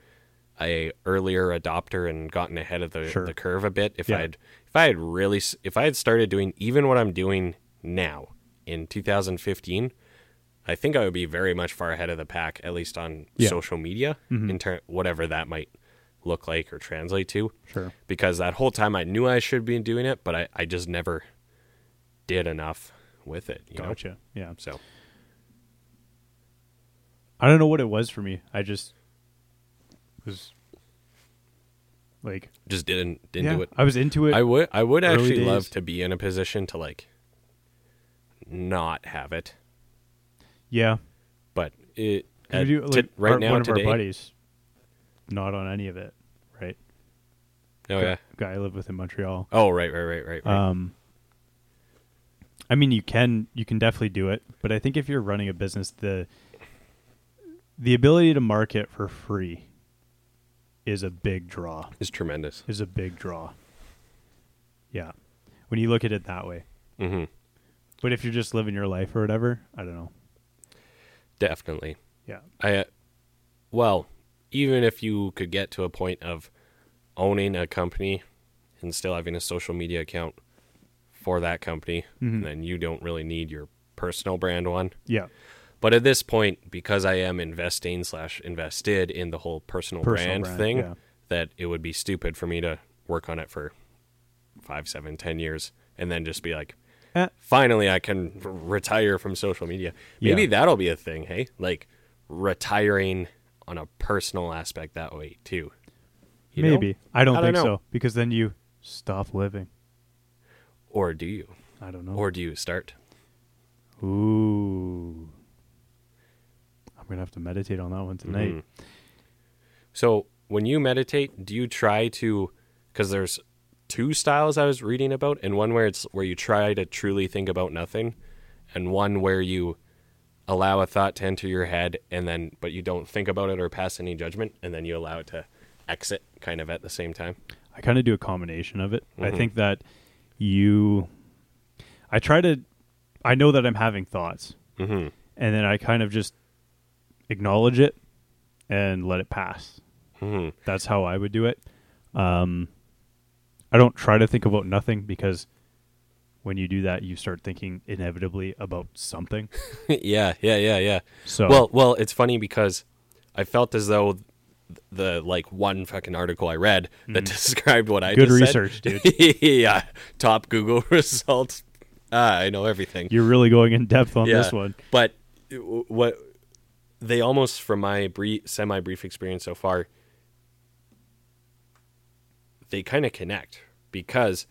S2: a earlier adopter and gotten ahead of the,
S1: Sure.
S2: the curve a bit if
S1: Yeah.
S2: I'd if I had really s- if I had started doing even what I'm doing now in 2015, I think I would be very much far ahead of the pack at least on
S1: Yeah. Mm-hmm.
S2: social media in ter- whatever that might look like or translate to
S1: Sure.
S2: because that whole time I knew I should be doing it, but I, I just never did enough with it. You
S1: Gotcha.
S2: Know?
S1: Yeah.
S2: So
S1: I don't know what it was for me. I just was like
S2: just didn't didn't
S1: yeah,
S2: do it.
S1: I was into it.
S2: I would I would
S1: Early
S2: actually
S1: days.
S2: love to be in a position to like not have it,
S1: yeah.
S2: but it
S1: We
S2: at-
S1: do,
S2: to-
S1: like,
S2: right
S1: our-
S2: now
S1: one
S2: today.
S1: of our buddies, not on any of it, right?
S2: oh yeah.
S1: Guy I live with in Montreal.
S2: Oh right right right right. right.
S1: Um, I mean, you can you can definitely do it, but I think if you're running a business, the the ability to market for free is a big draw.
S2: it's tremendous.
S1: Is a big draw. Yeah, when you look at it that way.
S2: hmm
S1: But if you're just living your life or whatever, I don't know.
S2: Definitely.
S1: Yeah,
S2: I uh, well, even if you could get to a point of owning a company and still having a social media account for that company,
S1: Mhm.
S2: then you don't really need your personal brand one.
S1: yeah,
S2: But at this point, because I am investing slash invested in the whole personal,
S1: Personal
S2: brand,
S1: brand,
S2: thing,
S1: yeah.
S2: that it would be stupid for me to work on it for five, seven, ten years and then just be like,
S1: Eh.
S2: finally I can r- retire from social media. Maybe
S1: Yeah.
S2: that'll be a thing, hey? Like retiring on a personal aspect that way too. You know?
S1: maybe. I don't
S2: I don't
S1: think
S2: know.
S1: so because then you stop living.
S2: Or do you?
S1: I don't know.
S2: Or do you start?
S1: Ooh. I'm going to have to meditate on that one tonight.
S2: Mhm. So when you meditate, do you try to? Because there's two styles I was reading about, and one where it's where you try to truly think about nothing, and one where you allow a thought to enter your head, and then but you don't think about it or pass any judgment, and then you allow it to exit kind of at the same time.
S1: I kind of do a combination of it.
S2: Mm-hmm.
S1: I think that you I try to I know that I'm having thoughts
S2: Mm-hmm.
S1: and then I kind of just acknowledge it and let it pass.
S2: Mm-hmm.
S1: That's how I would do it. Um I don't try to think about nothing because when you do that you start thinking inevitably about something.
S2: yeah, yeah, yeah, yeah.
S1: So
S2: Well, well, it's funny because I felt as though th- the like one fucking article I read that described what I
S1: Mm-hmm. Good
S2: just
S1: research,
S2: said.
S1: dude.
S2: yeah, top Google results. Ah, I know everything.
S1: you're really going in depth on
S2: yeah.
S1: this one.
S2: but w- what they almost, from my brief, semi-brief experience so far, they kind of connect because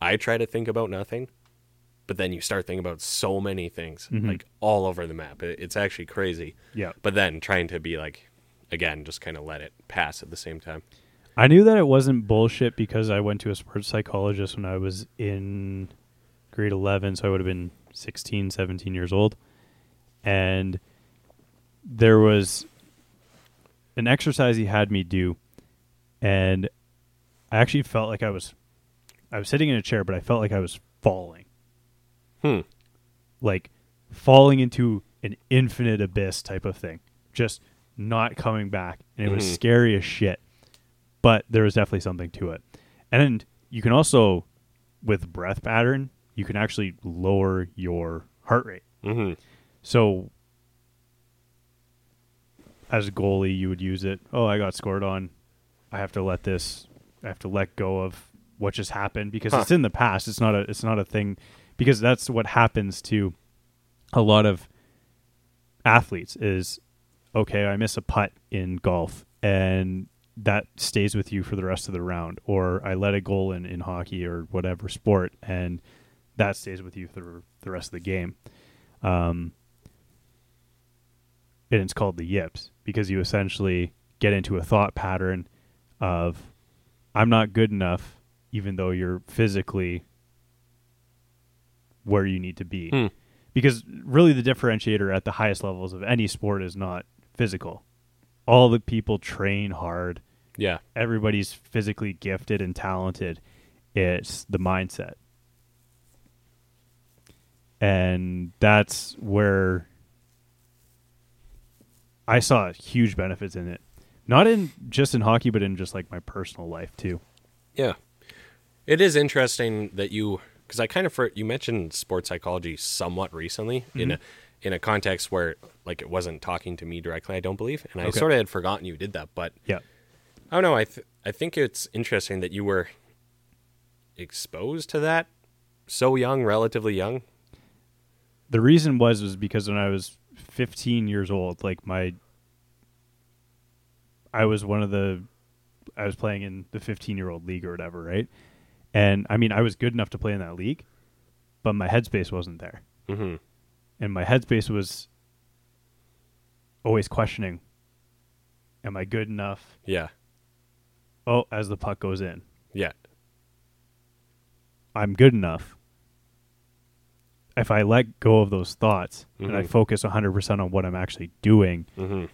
S2: I try to think about nothing, but then you start thinking about so many things, like all over the map. It- it's actually crazy
S1: Mm-hmm. Yeah.
S2: but then trying to be like again just kind of let it pass at the same time
S1: I knew that it wasn't bullshit because I went to a sports psychologist when I was in grade 11, so I would have been 16, 17 years old. And there was an exercise he had me do and I actually felt like I was I was sitting in a chair, but I felt like I was falling.
S2: hmm
S1: Like falling into an infinite abyss type of thing. Just not coming back. And it was
S2: Mhm.
S1: scary as shit but there was definitely something to it. And you can also, with breath pattern, you can actually lower your heart rate.
S2: hmm
S1: So, as a goalie, you would use it. Oh, I got scored on. I have to let this. I have to let go of what just happened because
S2: Huh.
S1: it's in the past. It's not a. It's not a thing because that's what happens to a lot of athletes. Is okay. I miss a putt in golf, and that stays with you for the rest of the round. Or I let a goal in in hockey or whatever sport, and that stays with you for the rest of the game um, and it's called the yips because you essentially get into a thought pattern of I'm not good enough, even though you're physically where you need to be.
S2: Hmm.
S1: Because really, the differentiator at the highest levels of any sport is not physical. All the people train hard.
S2: yeah
S1: Everybody's physically gifted and talented. It's the mindset and that's where I saw huge benefits in it. Not in just in hockey, but in just like my personal life too.
S2: Yeah, it is interesting that you because I kind of for, you mentioned sports psychology somewhat recently
S1: Mm-hmm.
S2: in a in a context where like it wasn't talking to me directly. I don't believe, and I
S1: Okay.
S2: sort of had forgotten you did that, but
S1: Yeah.
S2: I don't know. I th- I think it's interesting that you were exposed to that so young, relatively young.
S1: The reason was was because when I was 15 years old, like my I was one of the I was playing in the 15-year-old league or whatever, right? And I mean, I was good enough to play in that league, but my headspace wasn't there.
S2: hmm
S1: and my headspace was always questioning am i good enough
S2: Yeah,
S1: oh as the puck goes in
S2: yeah,
S1: i'm good enough if i let go of those thoughts and i
S2: Mhm.
S1: focus 100% on what i'm actually doing
S2: hmm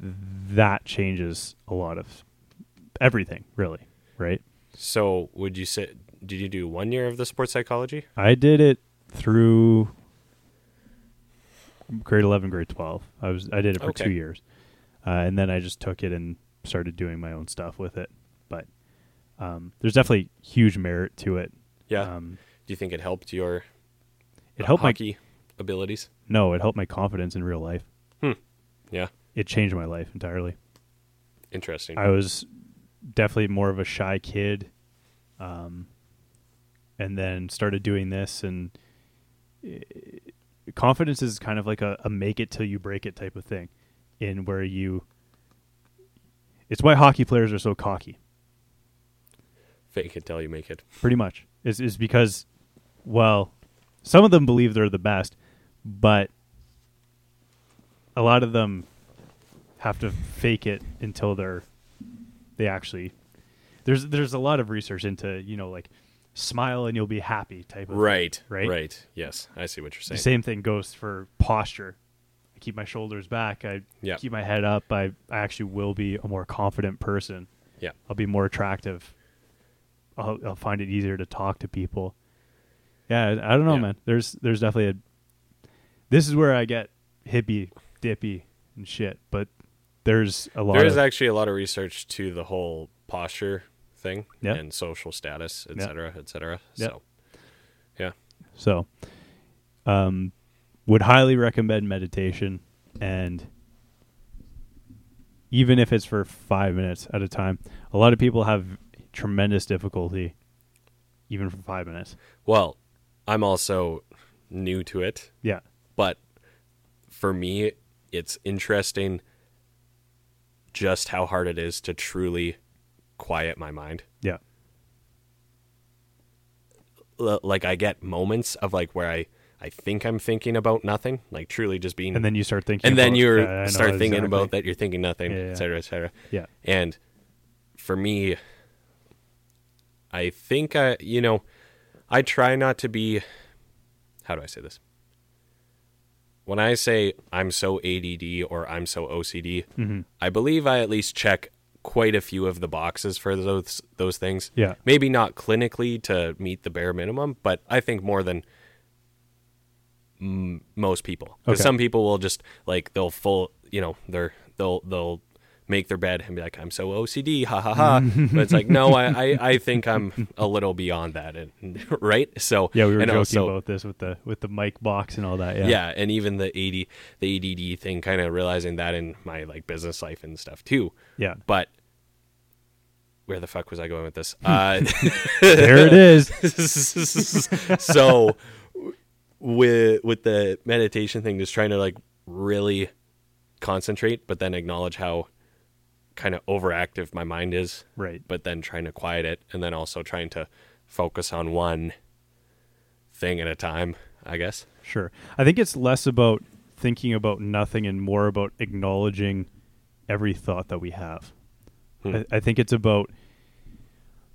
S1: that changes a lot of everything really right
S2: So, would you say did you do one year of the sports psychology?
S1: i did it through grade 11 grade 12 i was i did it for
S2: Okay.
S1: two years uh, and then i just took it and started doing my own stuff with it but um, there's definitely huge merit to it
S2: Yeah.
S1: um,
S2: do you think it helped your
S1: it
S2: uh,
S1: helped
S2: hockey abilities?
S1: my no it helped my confidence in real life
S2: Hmm. Yeah,
S1: it changed my life entirely
S2: interesting.
S1: i was definitely more of a shy kid um, and then started doing this and confidence is kind of like a, a make it till you break it type of thing in where you it's why hockey players are so cocky
S2: Fake it till you make it.
S1: pretty much is is because well some of them believe they're the best but a lot of them have to fake it until they're they actually there's there's a lot of research into you know like smile and you'll be happy type of
S2: Right.
S1: Right?
S2: Right. Yes, I see what you're
S1: the
S2: saying.
S1: same thing goes for posture. I keep my shoulders back. I
S2: Yeah.
S1: keep my head up. I, I actually will be a more confident person.
S2: Yeah.
S1: I'll be more attractive. I'll, I'll find it easier to talk to people. Yeah, I I don't know,
S2: Yeah.
S1: man. There's there's definitely a. This is where I get hippy dippy and shit, but there's a lot.
S2: There is
S1: of,
S2: actually a lot of research to the whole posture thing
S1: Yeah.
S2: and social status, et
S1: Yeah.
S2: cetera, et cetera.
S1: Yeah.
S2: So, yeah.
S1: So, um, would highly recommend meditation, and even if it's for five minutes at a time, a lot of people have tremendous difficulty, even for five minutes.
S2: Well, I'm also new to it,
S1: Yeah,
S2: but for me, it's interesting just how hard it is to truly quiet my mind.
S1: yeah,
S2: L- like I get moments of like where I I think I'm thinking about nothing, like truly just being
S1: and then you start thinking,
S2: and then
S1: about-
S2: you
S1: Yeah, I know
S2: start thinking
S1: exactly.
S2: about that you're thinking nothing,
S1: Yeah, yeah.
S2: et cetera, et cetera.
S1: Yeah,
S2: And for me, I think I, you know, I try not to be, how do I say this? When I say I'm so ADD or I'm so OCD,
S1: Mm-hmm.
S2: I believe I at least check quite a few of the boxes for those those things.
S1: Yeah.
S2: Maybe not clinically to meet the bare minimum, but I think more than m- most people. Because
S1: Okay.
S2: some people will just like they'll full, you know, they're they'll they'll make their bed and be like, "I'm so OCD," ha ha ha. but it's like, no, I, I I think I'm a little beyond that, and, right? So
S1: yeah, we were
S2: and
S1: joking
S2: also-
S1: about this with the with the mic box and all that. Yeah,
S2: yeah. and even the AD the ADD thing, kind of realizing that in my like business life and stuff too.
S1: yeah.
S2: But where the fuck was I going with this? Uh,
S1: There it is.
S2: so with with the meditation thing, just trying to like really concentrate, but then acknowledge how kind of overactive my mind is,
S1: Right.
S2: but then trying to quiet it, and then also trying to focus on one thing at a time. I guess.
S1: Sure. I think it's less about thinking about nothing and more about acknowledging every thought that we have.
S2: Hmm.
S1: I, I think it's about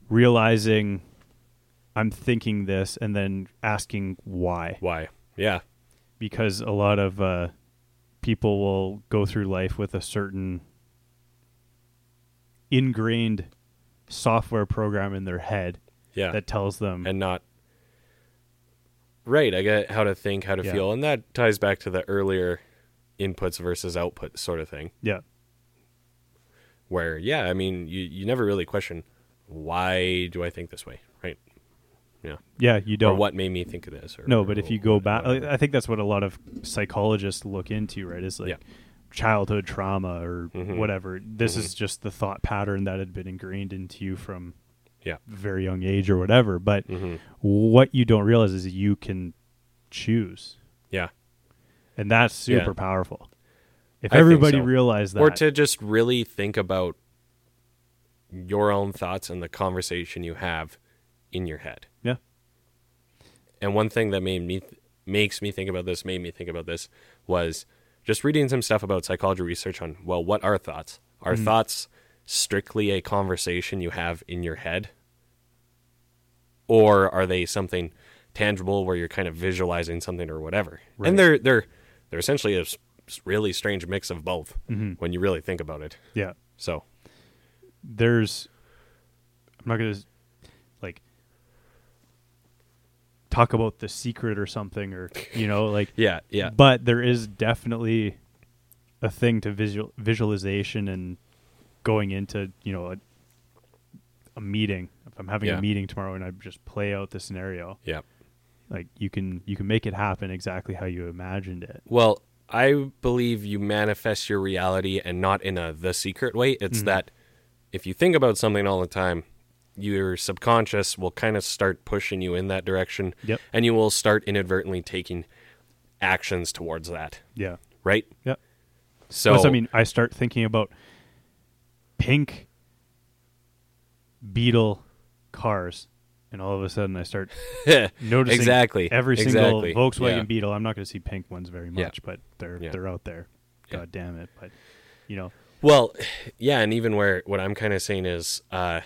S1: realizing I'm thinking this and then asking why.
S2: Why? Yeah.
S1: Because a lot of uh, people will go through life with a certain ingrained software program in their head
S2: Yeah.
S1: that tells them
S2: and not right i get how to think how to
S1: Yeah.
S2: feel and that ties back to the earlier inputs versus output sort of thing
S1: yeah
S2: where yeah, I mean, you you never really question why do I think this way, right? Yeah.
S1: Yeah, you don't.
S2: Or what made me think of this? Or,
S1: No, but if
S2: or
S1: you go
S2: what-
S1: back,
S2: whatever.
S1: I think that's what a lot of psychologists look into, right? Is like
S2: Yeah.
S1: childhood trauma or
S2: Mhm.
S1: whatever. This is just the thought pattern that had been ingrained into you from
S2: yeah,
S1: very young age or whatever. But
S2: hmm
S1: what you don't realize is you can choose,
S2: yeah.
S1: and that's
S2: Yeah.
S1: super powerful. If
S2: I think
S1: everybody
S2: so.
S1: realized that,
S2: Or to just really think about your own thoughts and the conversation you have in your head.
S1: yeah,
S2: And one thing that made me makes me think about this, made me think about this was just reading some stuff about psychology research on well, what are thoughts? Are thoughts strictly a conversation you have in your head? Or are they something tangible where you're kind of visualizing something or whatever?
S1: Right.
S2: And they're they're they're essentially a s- s- really strange mix of both when you really think about it.
S1: Mm-hmm. yeah.
S2: So,
S1: there's I'm not gonna s- like talk about the secret or something or you know like
S2: yeah, yeah.
S1: but there is definitely a thing to visual visualization and going into you know a, a meeting if I'm having
S2: Yeah.
S1: a meeting tomorrow and I just play out the scenario
S2: yeah.
S1: like you can you can make it happen exactly how you imagined it
S2: Well, I believe you manifest your reality and not in a the secret way. It's
S1: Mm-hmm.
S2: that if you think about something all the time, your subconscious will kind of start pushing you in that direction.
S1: Yep.
S2: And you will start inadvertently taking actions towards that,
S1: yeah
S2: right?
S1: yeah
S2: So
S1: Plus, I mean, I start thinking about pink beetle cars, and all of a sudden I start noticing
S2: Exactly,
S1: every
S2: exactly,
S1: single Volkswagen
S2: yeah.
S1: Beetle. I'm not going to see pink ones very
S2: Yeah.
S1: much, but they're
S2: Yeah.
S1: they're out there.
S2: Yeah.
S1: God damn it! But you know,
S2: Well, yeah, and even where what I'm kind of saying is, uh,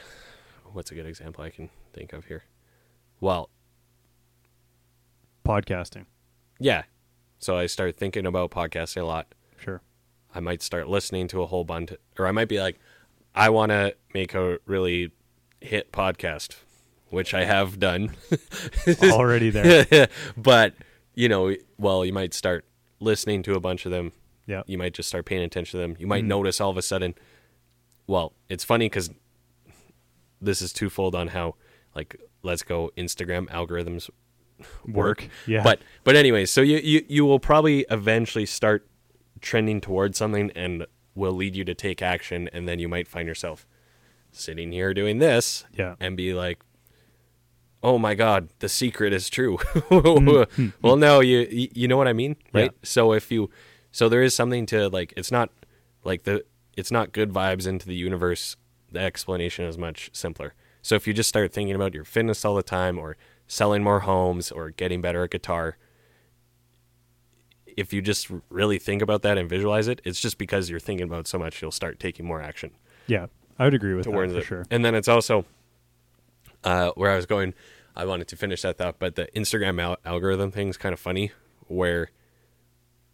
S2: what's a good example I can think of here? Well,
S1: podcasting,
S2: yeah. So I start thinking about podcasting a lot.
S1: sure,
S2: I might start listening to a whole bunch, or I might be like, I want to make a really hit podcast, which I have done.
S1: already there.
S2: but, you know, well, you might start listening to a bunch of them.
S1: Yeah, Mm-hmm.
S2: You might just start paying attention to them. You might notice all of a sudden, well, it's funny because this is twofold on how, like, let's go Instagram algorithms work.
S1: Yeah,
S2: But but anyway, so you, you you will probably eventually start trending towards something and will lead you to take action and then you might find yourself sitting here doing this
S1: Yeah.
S2: and be like oh my god the secret is true well no you you you know what i mean
S1: Yeah.
S2: right so if you so there is something to like it's not like the it's not good vibes into the universe the explanation is much simpler so if you just start thinking about your fitness all the time or selling more homes or getting better at guitar if you just really think about that and visualize it it's just because you're thinking about it so much you'll start taking more action
S1: yeah, I would agree with that
S2: towards
S1: Oh, for
S2: it.
S1: sure.
S2: And then it's also uh, where I was going. I wanted to finish that thought, but the Instagram al- algorithm thing's kind of funny, where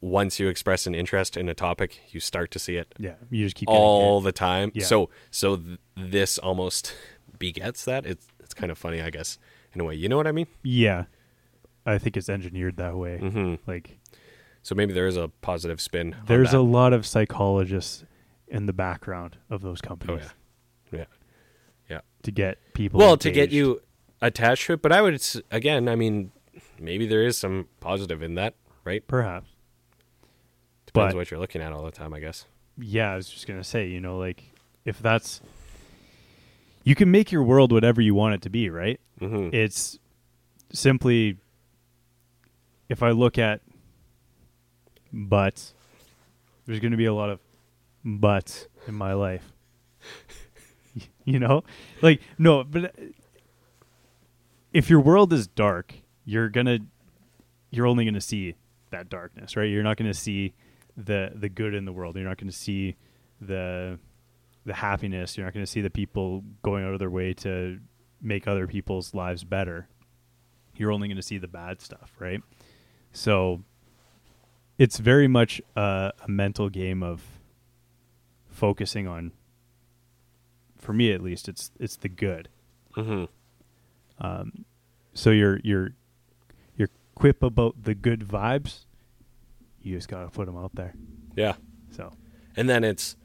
S2: once you express an interest in a topic, you start to see it
S1: Yeah, you just keep getting
S2: all the time.
S1: Yeah.
S2: So so th- this almost begets that. It's it's kind of funny, I guess, in a way. You know what I mean?
S1: hit. Yeah, I think it's engineered that way.
S2: Mm-hmm.
S1: Like
S2: So maybe there is a positive spin. on
S1: there's
S2: that.
S1: a lot of psychologists in the background of those
S2: oh
S1: companies
S2: yeah, yeah, yeah.
S1: to get people.
S2: well to get
S1: engaged.
S2: you attached to it but i would s- again i mean maybe there is some positive in that right
S1: perhaps.
S2: depends
S1: But-
S2: what you're looking at all the time i guess
S1: Yeah, I was just gonna say, you know, like if that's you can make your world whatever you want it to be, right?
S2: hmm
S1: It's simply if I look at butts, there's gonna be a lot of butts in my life. you know, like no, but uh, if your world is dark, you're gonna you're only going to see that darkness, right? You're not going to see the the good in the world. You're not going to see the the happiness. You're not going to see the people going out of their way to make other people's lives better. You're only going to see the bad stuff, right? So it's very much a, a mental game of focusing on for me at least it's it's the good Um,
S2: hmm
S1: so your your your quip about the good vibes, you just gotta put them out there.
S2: yeah
S1: So
S2: and then it's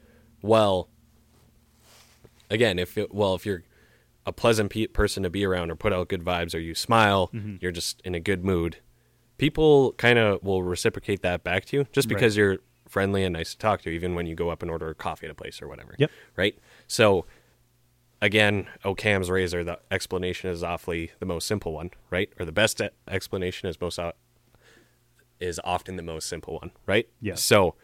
S2: well again, if it, well, if you're a pleasant pe- person to be around or put out good vibes or you smile,
S1: Mm-hmm.
S2: you're just in a good mood. People kind of will reciprocate that back to you just
S1: Right.
S2: because you're friendly and nice to talk to, even when you go up and order coffee at a place or whatever.
S1: Yep.
S2: Right. So again, Occam's razor, the explanation is awfully the most simple one, right? Or the best e- explanation is most o- is often the most simple one, right?
S1: Yeah.
S2: So,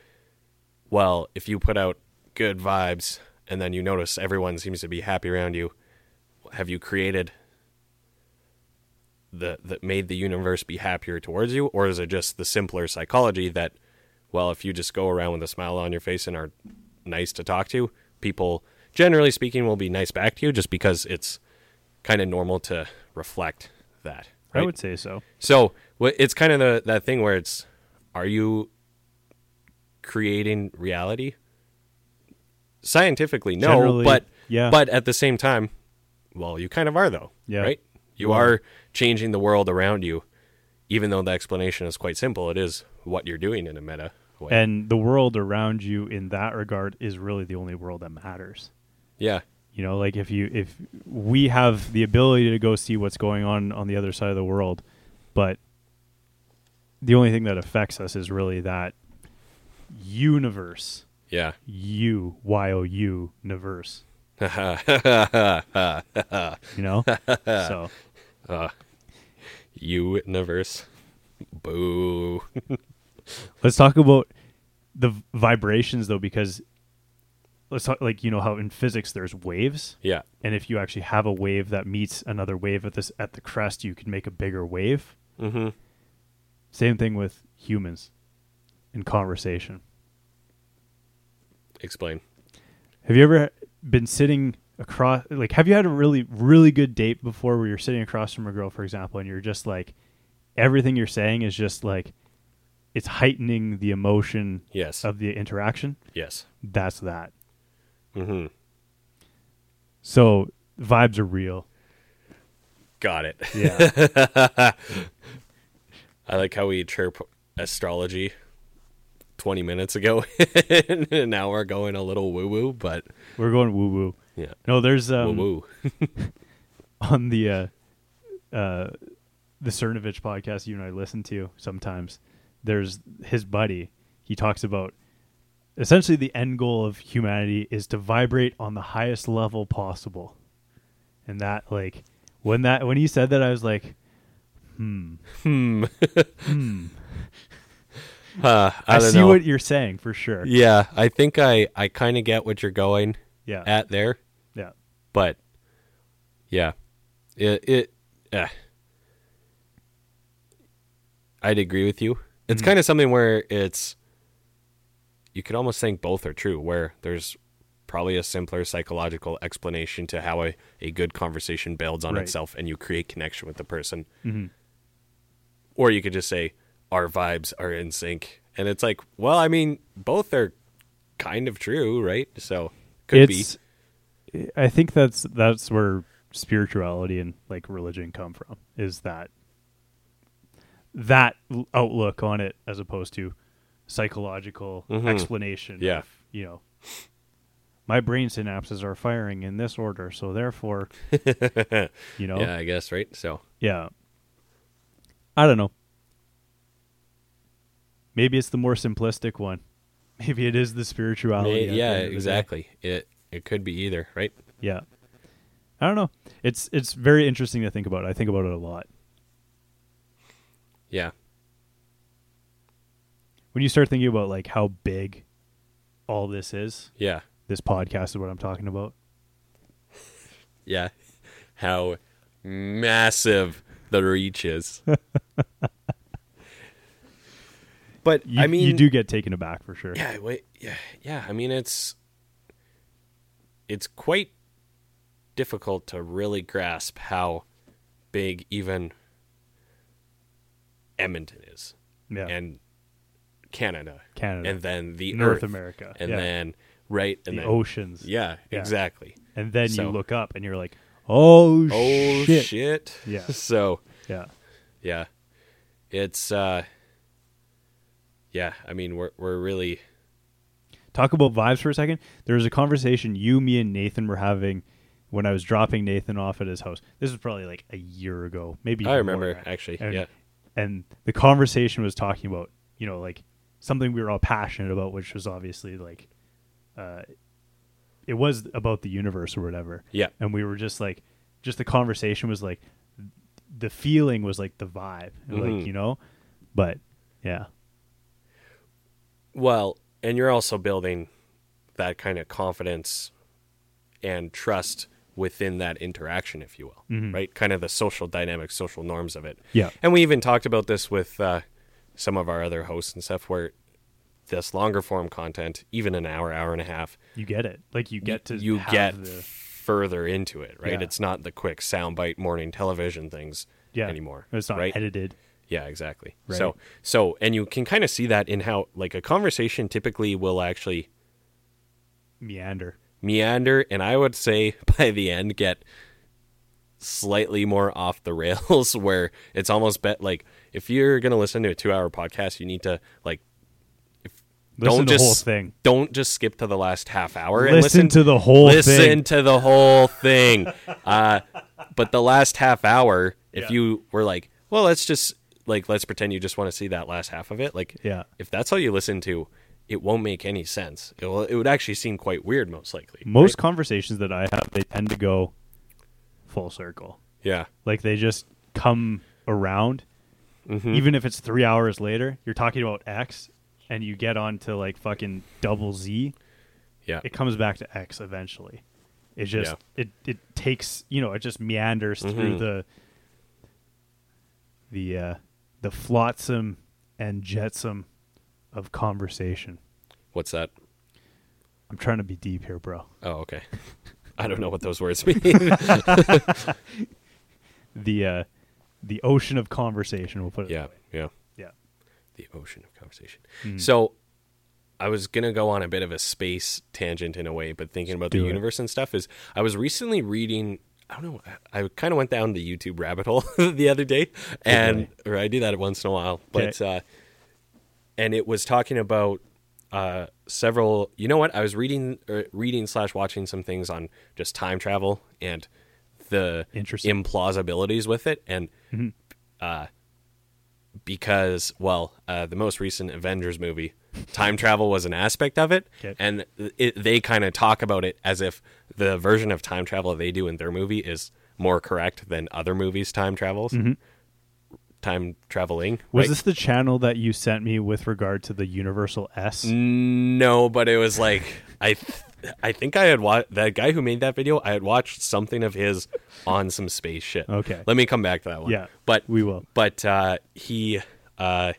S2: well, if you put out good vibes and then you notice everyone seems to be happy around you, have you created the that made the universe be happier towards you, or is it just the simpler psychology that, well, if you just go around with a smile on your face and are nice to talk to, people generally speaking will be nice back to you, just because it's kind of normal to reflect that. Right?
S1: I would say so.
S2: So wh- it's kind of the that thing where it's, are you creating reality? Scientifically, no,
S1: Generally,
S2: but
S1: yeah.
S2: but at the same time, well, you kind of are though,
S1: Yeah.
S2: right? You are changing the world around you, even though the explanation is quite simple. It is what you're doing in a meta way.
S1: And the world around you in that regard is really the only world that matters.
S2: yeah,
S1: You know, like if you if we have the ability to go see what's going on on the other side of the world, but the only thing that affects us is really that universe.
S2: yeah.
S1: U Y O U universe. you know? So
S2: You universe, boo.
S1: let's talk about the v- vibrations though because let's talk like you know how in physics there's waves
S2: yeah,
S1: and if you actually have a wave that meets another wave at this at the crest you can make a bigger wave
S2: mm-hmm.
S1: same thing with humans in conversation
S2: Explain.
S1: have you ever been sitting across like have you had a really really good date before where you're sitting across from a girl for example and you're just like everything you're saying is just like it's heightening the emotion
S2: Yes.
S1: of the interaction
S2: yes.
S1: that's that
S2: Mm-hmm.
S1: so vibes are real
S2: Got it.
S1: yeah
S2: I like how we chirp astrology 20 minutes ago. and now we're going a little woo woo, but
S1: We're going woo woo.
S2: yeah.
S1: No, there's
S2: Woo
S1: um,
S2: woo.
S1: on the uh, uh, the Cernovich podcast you and I listen to sometimes. There's his buddy. He talks about essentially the end goal of humanity is to vibrate on the highest level possible, and that like when that when he said that I was like,
S2: Uh, I,
S1: I,
S2: don't
S1: see
S2: know.
S1: what you're saying for sure. Yeah,
S2: yeah, I think I, I kind of get what you're going
S1: yeah,
S2: at there, but yeah. It, it eh. I'd agree with you. It's
S1: Mm-hmm.
S2: kind of something where it's you could almost think both are true, where there's probably a simpler psychological explanation to how a, a good conversation builds on
S1: Right.
S2: itself and you create connection with the person.
S1: Mhm.
S2: Or you could just say, our vibes are in sync. And it's like, well, I mean, both are kind of true, right? So could
S1: it's. I think that's that's where spirituality and like religion come from. Is that that l- outlook on it as opposed to psychological
S2: Mhm.
S1: explanation?
S2: Yeah.
S1: of, you know, my brain synapses are firing in this order, so therefore, you know,
S2: be. Yeah, I guess, right? So
S1: yeah. I don't know. Maybe it's the more simplistic one. Maybe it is the
S2: May-
S1: spirituality. at the
S2: yeah,
S1: end of the day.
S2: exactly. It it could be either, right?
S1: Yeah. I don't know. It's it's very interesting to think about. I think about it a lot.
S2: Yeah.
S1: When you start thinking about like how big all this is,
S2: Yeah.
S1: this podcast is what I'm talking about.
S2: Yeah. How massive the reach is. but
S1: You,
S2: I mean
S1: you do get taken aback for sure.
S2: Yeah, wait. Yeah. Yeah, I mean it's it's quite difficult to really grasp how big even Edmonton is
S1: Yeah.
S2: and Canada,
S1: Canada.
S2: and then the
S1: North
S2: Earth,
S1: America.
S2: and
S1: yeah.
S2: then right
S1: the
S2: and then
S1: oceans.
S2: Yeah,
S1: Yeah.
S2: exactly.
S1: And then
S2: So-
S1: you look up and you're like, "Oh,
S2: Oh shit.
S1: shit." Yeah.
S2: So
S1: Yeah.
S2: yeah, it's uh, yeah. I mean, we're we're really
S1: talk about vibes for a second. There was a conversation you, me, and Nathan were having when I was dropping Nathan off at his house. This was probably like a year ago, maybe.
S2: I
S1: even
S2: remember
S1: more.
S2: actually.
S1: And-
S2: yeah.
S1: And the conversation was talking about you know like something we were all passionate about, which was obviously like, uh, it was about the universe or whatever.
S2: Yeah.
S1: And we were just like, just the conversation was like, the feeling was like the vibe, and,
S2: Mhm.
S1: like you know, but yeah,
S2: Well, and you're also building that kind of confidence and trust within that interaction, if you will,
S1: Mhm.
S2: right? Kind of the social dynamics, social norms of it.
S1: yeah,
S2: And we even talked about this with uh, some of our other hosts and stuff, where this longer form content, even an hour, hour and a half,
S1: you get it. Like you get to
S2: you
S1: have
S2: get
S1: the,
S2: further into it, right?
S1: Yeah.
S2: It's not the quick soundbite morning television things
S1: yeah
S2: anymore.
S1: It's not
S2: right?
S1: edited.
S2: Yeah, exactly.
S1: Right.
S2: So so and you can kind of see that in how like a conversation typically will actually
S1: meander.
S2: meander and I would say by the end get slightly more off the rails where it's almost bet like if you're going to listen to a 2-hour podcast you need to like
S1: Listen
S2: don't
S1: to
S2: just
S1: the whole thing.
S2: don't just skip to the last half hour and
S1: Listen,
S2: listen
S1: to the whole
S2: listen
S1: thing.
S2: to the whole thing. uh, but the last half hour, if
S1: Yeah.
S2: you were like, well, let's just like let's pretend you just want to see that last half of it. Like,
S1: Yeah.
S2: if that's all you listen to, it won't make any sense. It will, it would actually seem quite weird, most likely.
S1: Most
S2: right?
S1: conversations that I have, they tend to go full circle.
S2: yeah,
S1: Like they just come around.
S2: Mhm.
S1: Even if it's three hours later, you're talking about X and you get on to like fucking double Z,
S2: yeah,
S1: it comes back to X eventually. It just it, it takes you know, it just meanders through
S2: Mhm.
S1: the the uh the flotsam and jetsam of conversation.
S2: what's that?
S1: I'm trying to be deep here, bro.
S2: Oh, okay. I don't know what those words mean.
S1: The uh the ocean of conversation, we'll put it
S2: yeah,
S1: that way.
S2: yeah.
S1: Yeah.
S2: the ocean of conversation.
S1: Mm.
S2: So I was going to go on a bit of a space tangent in a way, but thinking about the
S1: do it.
S2: universe and stuff is I was recently reading, I don't know, I, I kind of went down the YouTube rabbit hole the other day and or I do that once in a while, but uh and it was talking about uh several, you know what? I was reading er, reading slash watching some things on just time travel and the
S1: Interesting.
S2: implausibilities with it and because well uh, the most recent avengers movie time travel was an aspect of it
S1: Okay.
S2: and it, they kind of talk about it as if the version of time travel they do in their movie is more correct than other movies time travels time traveling
S1: Mm-hmm. Was
S2: right?
S1: this the channel that you sent me with regard to the Universal S?
S2: Mm, no but it was like i th- i think i had watched that guy who made that video i had watched something of his on some space shit
S1: Okay.
S2: let me come back to that one
S1: Yeah,
S2: but
S1: we will.
S2: but uh, he uh,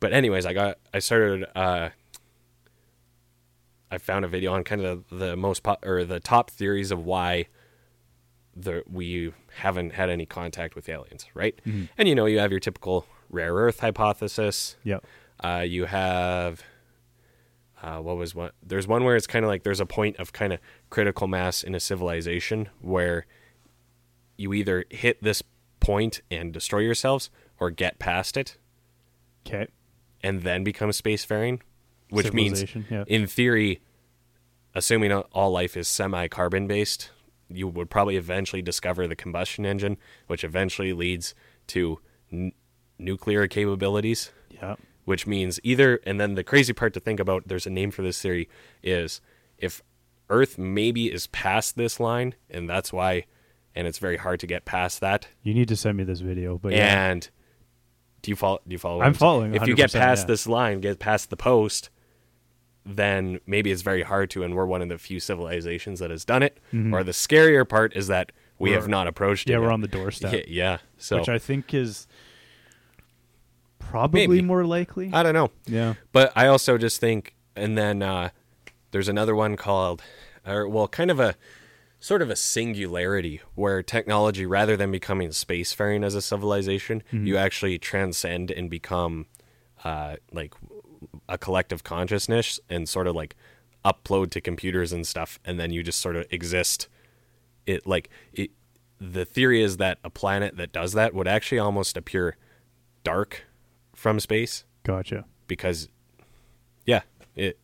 S2: but anyways i got i started uh, i found a video on kind of the most po- or the top theories of why the we haven't had any contact with aliens right and you know you have your typical rare earth hypothesis
S1: Yep.
S2: uh, you have uh, what was one? There's one where it's kind of like there's a point of kind of critical mass in a civilization where you either hit this point and destroy yourselves, or get past it
S1: Okay.
S2: and then become spacefaring, which means
S1: Civilization, yeah.
S2: in theory, assuming all life is semi-carbon based, you would probably eventually discover the combustion engine, which eventually leads to n- nuclear capabilities
S1: Yeah.
S2: which means either and then the crazy part to think about there's a name for this theory is if earth maybe is past this line and that's why and it's very hard to get past that
S1: You need to send me this video, but Oh, yeah.
S2: and do you follow do you follow what
S1: I'm
S2: saying?
S1: following
S2: if you get
S1: 100%,
S2: past
S1: yeah.
S2: this line get past the post then maybe it's very hard to and we're one of the few civilizations that has done it or the scarier part is that we
S1: Mm-hmm. We're-
S2: have not approached it
S1: yeah, we're
S2: yet.
S1: on the doorstep,
S2: yeah, yeah. so
S1: which I think is probably
S2: Maybe.
S1: more likely.
S2: I don't know
S1: yeah.
S2: But I also just think, and then uh, there's another one called, or well, kind of a sort of a singularity where technology, rather than becoming spacefaring as a civilization, you actually transcend and become uh, like a collective consciousness and sort of like upload to computers and stuff, and then you just sort of exist. It like it. The theory is that a planet that does that would actually almost appear dark from space
S1: Gotcha.
S2: because yeah It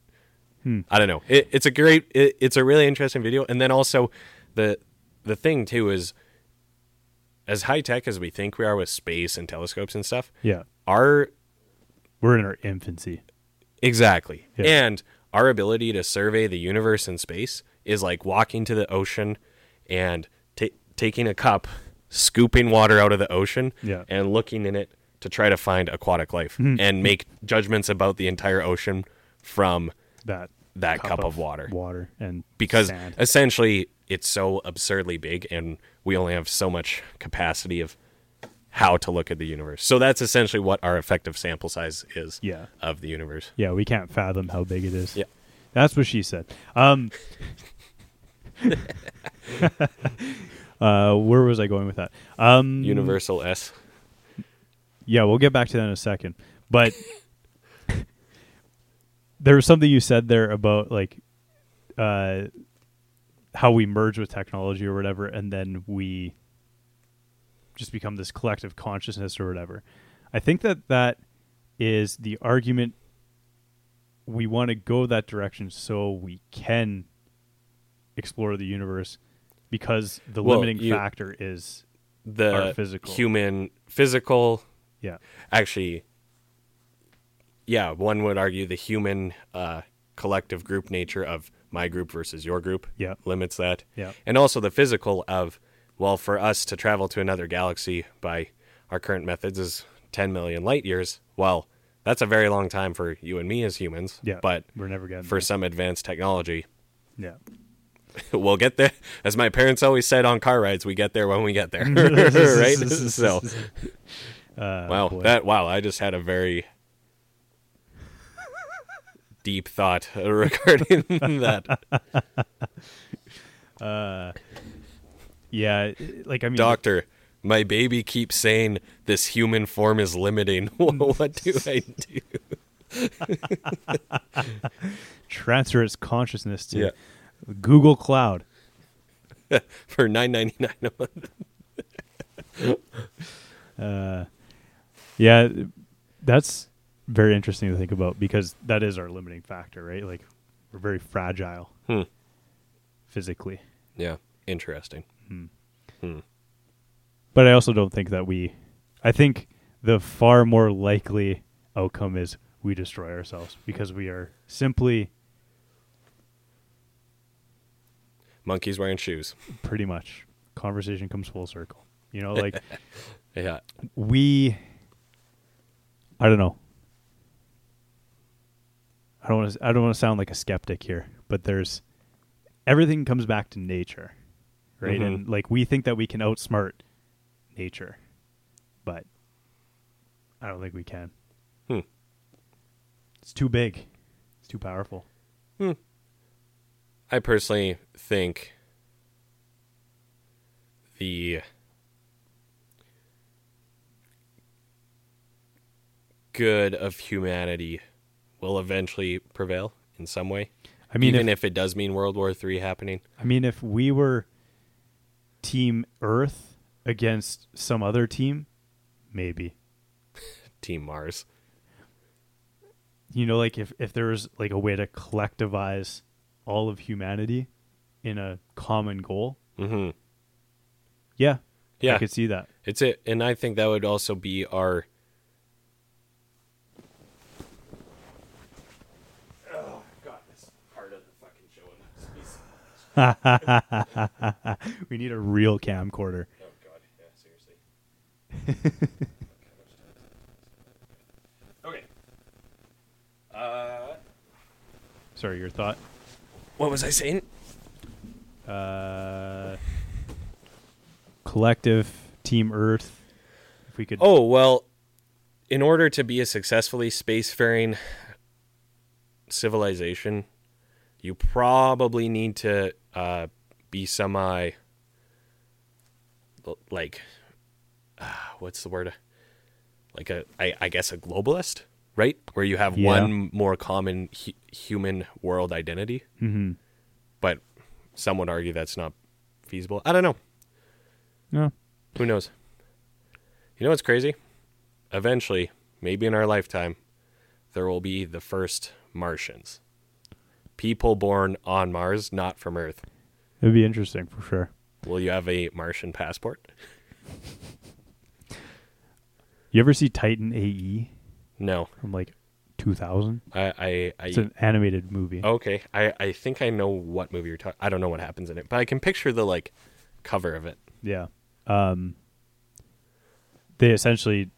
S1: Hmm.
S2: I don't know. It, it's a great. It, it's a really interesting video. And then also, the the thing too is, as high tech as we think we are with space and telescopes and stuff,
S1: Yeah.
S2: our
S1: We're in our infancy.
S2: exactly
S1: Yeah.
S2: and our ability to survey the universe and space is like walking to the ocean and ta taking a cup, scooping water out of the ocean,
S1: Yeah. Hmm.
S2: and looking in it to try to find aquatic life and make judgments about the entire ocean from
S1: That
S2: that cup, of water
S1: Water and
S2: because
S1: sand.
S2: essentially it's so absurdly big and we only have so much capacity of how to look at the universe. So that's essentially what our effective sample size is
S1: Yeah.
S2: of the universe.
S1: Yeah, we can't fathom how big it is.
S2: Yeah.
S1: That's what she said. Um Uh, where was I going with that? Um,
S2: Universal S.
S1: Yeah, we'll get back to that in a second. But there was something you said there about like uh, how we merge with technology or whatever, and then we just become this collective consciousness or whatever. I think that that is the argument we want to go that direction so we can explore the universe because the
S2: Well,
S1: limiting
S2: you-
S1: factor is
S2: The
S1: Our physical.
S2: human physical
S1: yeah
S2: actually yeah, one would argue the human uh, collective group nature of my group versus your group
S1: Yeah.
S2: limits that.
S1: Yeah.
S2: And also the physical of, well, for us to travel to another galaxy by our current methods is 10 million light years. Well, that's a very long time for you and me as humans.
S1: yeah
S2: But
S1: we're never getting
S2: for
S1: there.
S2: some advanced technology,
S1: yeah
S2: we'll get there. As my parents always said on car rides, we get there when we get there. right? so,
S1: Uh,
S2: wow.
S1: boy.
S2: That, wow. I just had a very deep thought uh, regarding that.
S1: yeah, it- like I mean,
S2: Doctor, my baby keeps saying this human form is limiting. what do I do?
S1: transfer its consciousness to
S2: Yeah.
S1: Google Cloud.
S2: For nine ninety nine a month.
S1: Yeah, that's very interesting to think about because that is our limiting factor, right? Like we're very fragile
S2: Hmm.
S1: physically,
S2: Yeah. Interesting.
S1: but I also don't think that we. I think the far more likely outcome is we destroy ourselves because we are simply
S2: Monkeys wearing shoes.
S1: pretty much conversation comes full circle. You know, like
S2: Yeah.
S1: we I don't know. I don't want to I don't want to sound like a skeptic here, but there's everything comes back to nature, right?
S2: Mhm.
S1: And like we think that we can outsmart nature, but I don't think we can.
S2: Hmm.
S1: It's too big. It's too powerful.
S2: I personally think the good of humanity will eventually prevail in some way.
S1: I mean,
S2: even
S1: if,
S2: if, it does mean World War Three happening.
S1: I mean, if we were Team Earth against some other team, maybe.
S2: Team Mars.
S1: you know like if if there was like a way to collectivize all of humanity in a common goal
S2: Mm-hmm.
S1: yeah
S2: Yeah.
S1: i could see that
S2: It's it, and I think that would also be our. Oh God, this part of the fucking show.
S1: we need a real camcorder
S2: Oh God, yeah, seriously. okay. Uh,
S1: sorry your thought
S2: what was I saying?
S1: uh collective team earth if we could
S2: Oh, well, in order to be a successfully spacefaring civilization, you probably need to uh, be semi l- like uh, what's the word? Like a I, I guess a globalist, right? Where you have
S1: Yeah.
S2: one more common hu- human world identity,
S1: hmm
S2: but some would argue that's not feasible. I don't know.
S1: no
S2: Who knows? You know what's crazy? Eventually, maybe in our lifetime, there will be the first Martians. people born on Mars, not from Earth.
S1: It'd be interesting for sure.
S2: Will you have a Martian passport?
S1: You ever see Titan AE
S2: No.
S1: from like 2000?
S2: I, I, I
S1: It's an animated movie.
S2: okay. I, I think I know what movie you're talking. I don't know what happens in it, but I can picture the like cover of it.
S1: Yeah. Um they essentially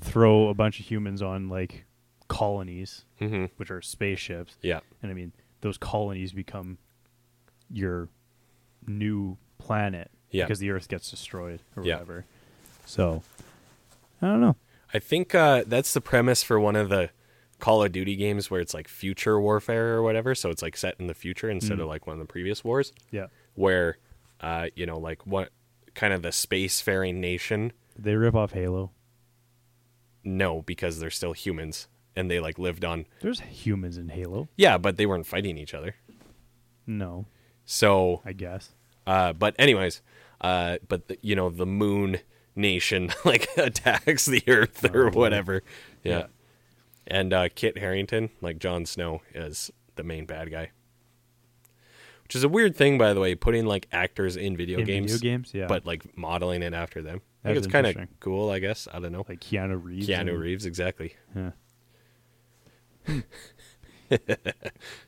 S1: throw a bunch of humans on like colonies,
S2: Mm-hmm.
S1: which are spaceships,
S2: Yeah.
S1: and I mean those colonies become your new planet
S2: Yeah.
S1: because the earth gets destroyed or
S2: Yeah.
S1: whatever. So I don't know.
S2: I think uh, that's the premise for one of the Call of Duty games where it's like future warfare or whatever. So it's like set in the future instead
S1: Mm.
S2: of like one of the previous wars,
S1: Yeah.
S2: where uh, you know like what kind of the spacefaring nation.
S1: They rip off Halo.
S2: No, because they're still humans and they like lived on.
S1: There's humans in Halo.
S2: Yeah, but they weren't fighting each other.
S1: No,
S2: So
S1: I guess.
S2: Uh, but anyways, uh, but the, you know the moon nation like attacks the earth or whatever. Oh, Yeah.
S1: Yeah.
S2: And uh, Kit Harrington, like Jon Snow, is the main bad guy. Which is a weird thing, by the way, putting like actors in video
S1: in
S2: games,
S1: video games, yeah.
S2: but like modeling it after them. I think
S1: That's
S2: it's kind of
S1: interesting.
S2: cool, I guess. I don't know.
S1: like Keanu Reeves.
S2: Keanu
S1: and-
S2: Reeves, exactly.
S1: Yeah.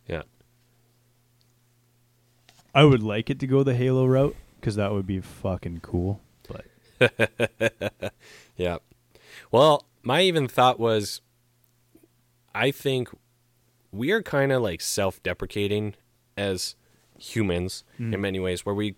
S2: Yeah.
S1: I would like it to go the Halo route because that would be fucking cool. But
S2: Yeah. Well, my even thought was I think we are kind of like self deprecating as humans
S1: Hmm.
S2: in many ways, where we,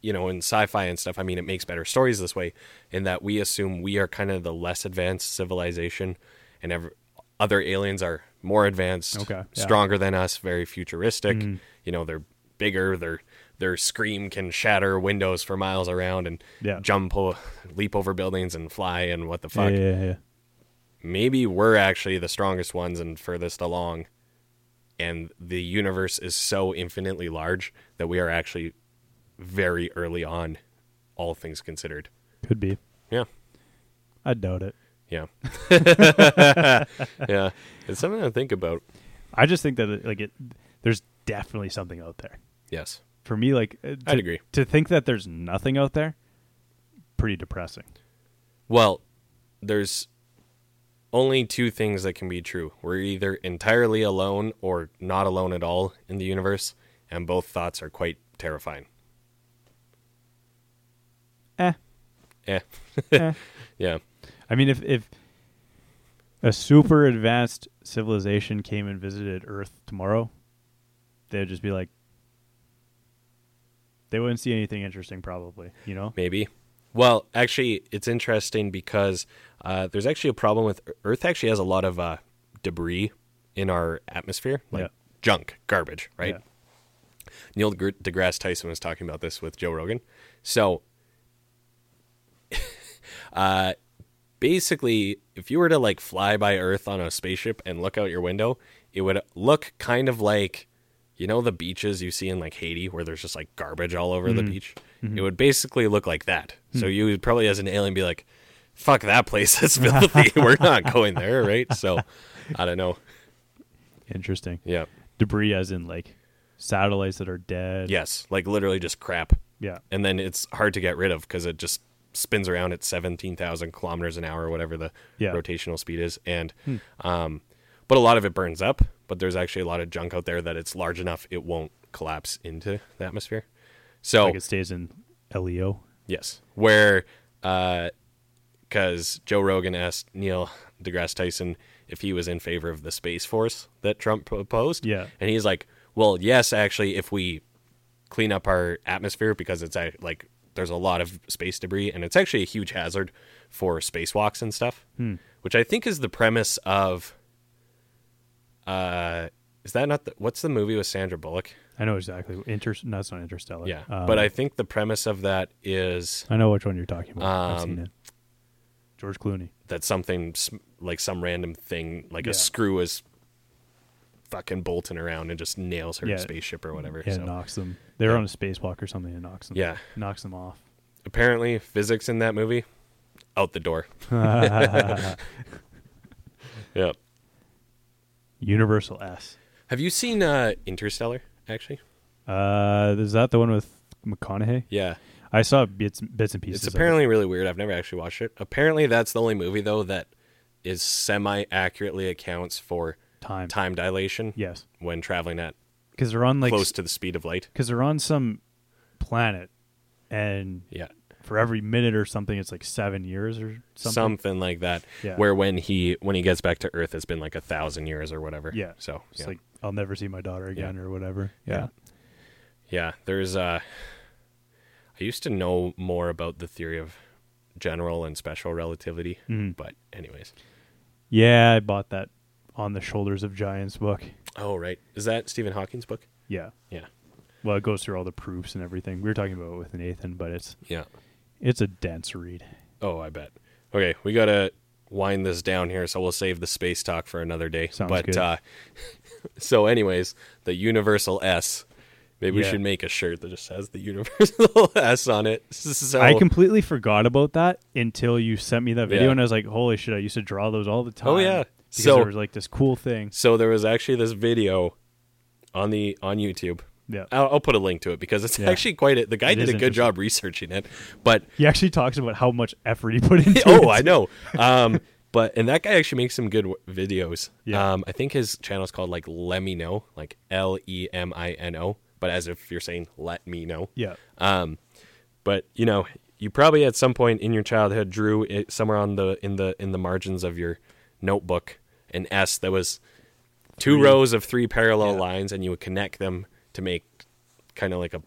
S2: you know, in sci fi and stuff, I mean, it makes better stories this way, in that we assume we are kind of the less advanced civilization and ev- other aliens are more advanced,
S1: Okay, yeah.
S2: stronger than us, very futuristic.
S1: Mhm.
S2: You know, they're bigger, their Their scream can shatter windows for miles around, and
S1: yeah,
S2: jump, o- leap over buildings and fly and what the
S1: yeah,
S2: fuck.
S1: yeah, yeah, yeah.
S2: Maybe we're actually the strongest ones and furthest along. And the universe is so infinitely large that we are actually very early on, all things considered.
S1: Could be.
S2: Yeah.
S1: I doubt it.
S2: Yeah. yeah. It's something to think about.
S1: I just think that it- like it, there's definitely something out there.
S2: Yes.
S1: For me, like uh, to,
S2: I'd agree.
S1: to think that there's nothing out there, pretty depressing.
S2: Well, there's only two things that can be true. We're either entirely alone or not alone at all in the universe, and both thoughts are quite terrifying.
S1: Eh.
S2: Yeah.
S1: eh.
S2: Yeah.
S1: I mean, if if a super advanced civilization came and visited Earth tomorrow, they'd just be like, they wouldn't see anything interesting, probably. You know?
S2: Maybe. Well, actually, it's interesting because uh, there's actually a problem with Earth. Actually, has a lot of uh, debris in our atmosphere, like
S1: Yeah.
S2: junk, garbage, right?
S1: Yeah.
S2: Neil Gr- deGrasse Tyson was talking about this with Joe Rogan. So, uh, basically, if you were to like fly by Earth on a spaceship and look out your window, it would look kind of like, you know, the beaches you see in like Haiti where there's just like garbage all over the beach. It would basically look like that. So you would probably, as an alien, be like, "Fuck that place, that's filthy. we're not going there, right?" So, I don't know.
S1: Interesting.
S2: Yeah.
S1: Debris, as in like satellites that are dead.
S2: Yes. Like literally just crap.
S1: Yeah.
S2: and then it's hard to get rid of because it just spins around at 17,000 kilometers an hour, whatever the
S1: Yeah. Hmm.
S2: rotational speed is. And, um, but a lot of it burns up, but there's actually a lot of junk out there that it's large enough it won't collapse into the atmosphere. So,
S1: Like it stays in E LEO.
S2: yes, where, because Joe Rogan asked Neil deGrasse Tyson if he was in favor of the Space Force that Trump proposed.
S1: Yeah.
S2: And he's like, well, yes, actually, if we clean up our atmosphere because it's uh, like there's a lot of space debris and it's actually a huge hazard for spacewalks and stuff, which I think is the premise of. Uh, is that not the, what's the movie with Sandra Bullock?
S1: I know exactly. Inter- no, it's not interstellar.
S2: Yeah,
S1: Um,
S2: but I think the premise of that is
S1: I know which one you're talking about. I've seen
S2: Um,
S1: it. George Clooney.
S2: that something s- like some random thing like
S1: Yeah.
S2: a screw is fucking bolting around and just nails her
S1: Yeah.
S2: spaceship or whatever.
S1: Yeah,
S2: so.
S1: knocks them. They're
S2: Yeah.
S1: on a spacewalk or something and knocks them.
S2: Yeah.
S1: Knocks them off.
S2: apparently physics in that movie out the door. yeah.
S1: Universal S.
S2: Have you seen uh, Interstellar? Actually,
S1: Uh, is that the one with McConaughey?
S2: yeah.
S1: I saw bits, bits and pieces.
S2: It's
S1: of it.
S2: apparently really weird. I've never actually watched it. Apparently, that's the only movie though that is semi accurately accounts for
S1: time.
S2: time dilation
S1: Yes,
S2: when traveling at
S1: because they're on like
S2: close to the speed of light.
S1: because they're on some planet, and
S2: Yeah,
S1: for every minute or something, it's like seven years or something.
S2: something, like that.
S1: Yeah.
S2: Where when he when he gets back to Earth, it's been like a thousand years or whatever.
S1: Yeah.
S2: So
S1: It's
S2: yeah.
S1: like I'll never see my daughter again or whatever. Yeah.
S2: Yeah, there's uh I used to know more about the theory of general and special relativity,
S1: Mhm.
S2: but anyways.
S1: Yeah, I bought that on the shoulders of giants book.
S2: Oh, right. Is that Stephen Hawking's book?
S1: Yeah.
S2: Yeah.
S1: Well, it goes through all the proofs and everything. We were talking about it with Nathan, but it's
S2: Yeah.
S1: it's a dense read.
S2: Oh, I bet. Okay, we got to wind this down here, so we'll save the space talk for another day.
S1: Sounds
S2: but
S1: good.
S2: uh so anyways, the universal S Maybe we
S1: Yeah.
S2: should make a shirt that just has the universal S on it. So
S1: I completely forgot about that until you sent me that video,
S2: Oh. Yeah.
S1: and I was like, "Holy shit!" I used to draw those all the time.
S2: Oh, yeah.
S1: because
S2: So-
S1: there was like this cool thing.
S2: So there was actually this video on the on YouTube.
S1: Yeah,
S2: I'll, I'll put a link to it because it's
S1: Yeah.
S2: actually quite. A, the guy
S1: It
S2: did
S1: is
S2: a good job researching it, but
S1: he actually talks about how much effort he put into.
S2: oh,
S1: it.
S2: I know. Um, but and that guy actually makes some good w- videos.
S1: Yeah.
S2: Um, I think his channel is called like Let Me Know, like L E M I N O, but as if you're saying Let Me Know.
S1: Yeah,
S2: Um, but you know, you probably at some point in your childhood drew it somewhere on the in the in the margins of your notebook an S that was two rows of three parallel
S1: Yeah.
S2: lines, and you would connect them to make kind of like a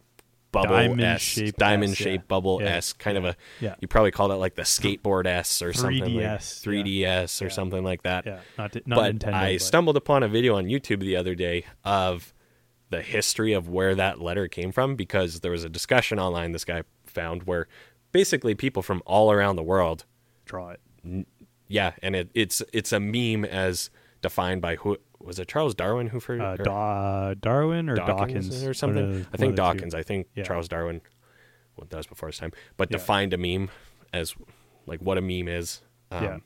S2: bubble
S1: Diamond
S2: S,
S1: shaped
S2: diamond
S1: S, yeah.
S2: shaped bubble
S1: Yeah.
S2: S, kind of a.
S1: Yeah.
S2: You probably call that like the skateboard S or something like
S1: 3DS, yeah.
S2: 3DS or
S1: Yeah.
S2: something like that
S1: yeah, not not
S2: but
S1: Nintendo.
S2: I
S1: but-
S2: stumbled upon a video on YouTube the other day of the history of where that letter came from because there was a discussion online this guy found where basically people from all around the world,
S1: draw it.
S2: yeah, and it, it's it's a meme as defined by who was it Charles Darwin who first
S1: Uh,
S2: or
S1: Da- Darwin or Dawkins,
S2: Dawkins
S1: One
S2: or
S1: of
S2: something?
S1: the-
S2: I
S1: one of
S2: think
S1: the two.
S2: Dawkins. I think
S1: Yeah.
S2: Charles Darwin. Well, that was before his time, but
S1: Yeah.
S2: defined a meme as like what a meme is. Um,
S1: Yeah.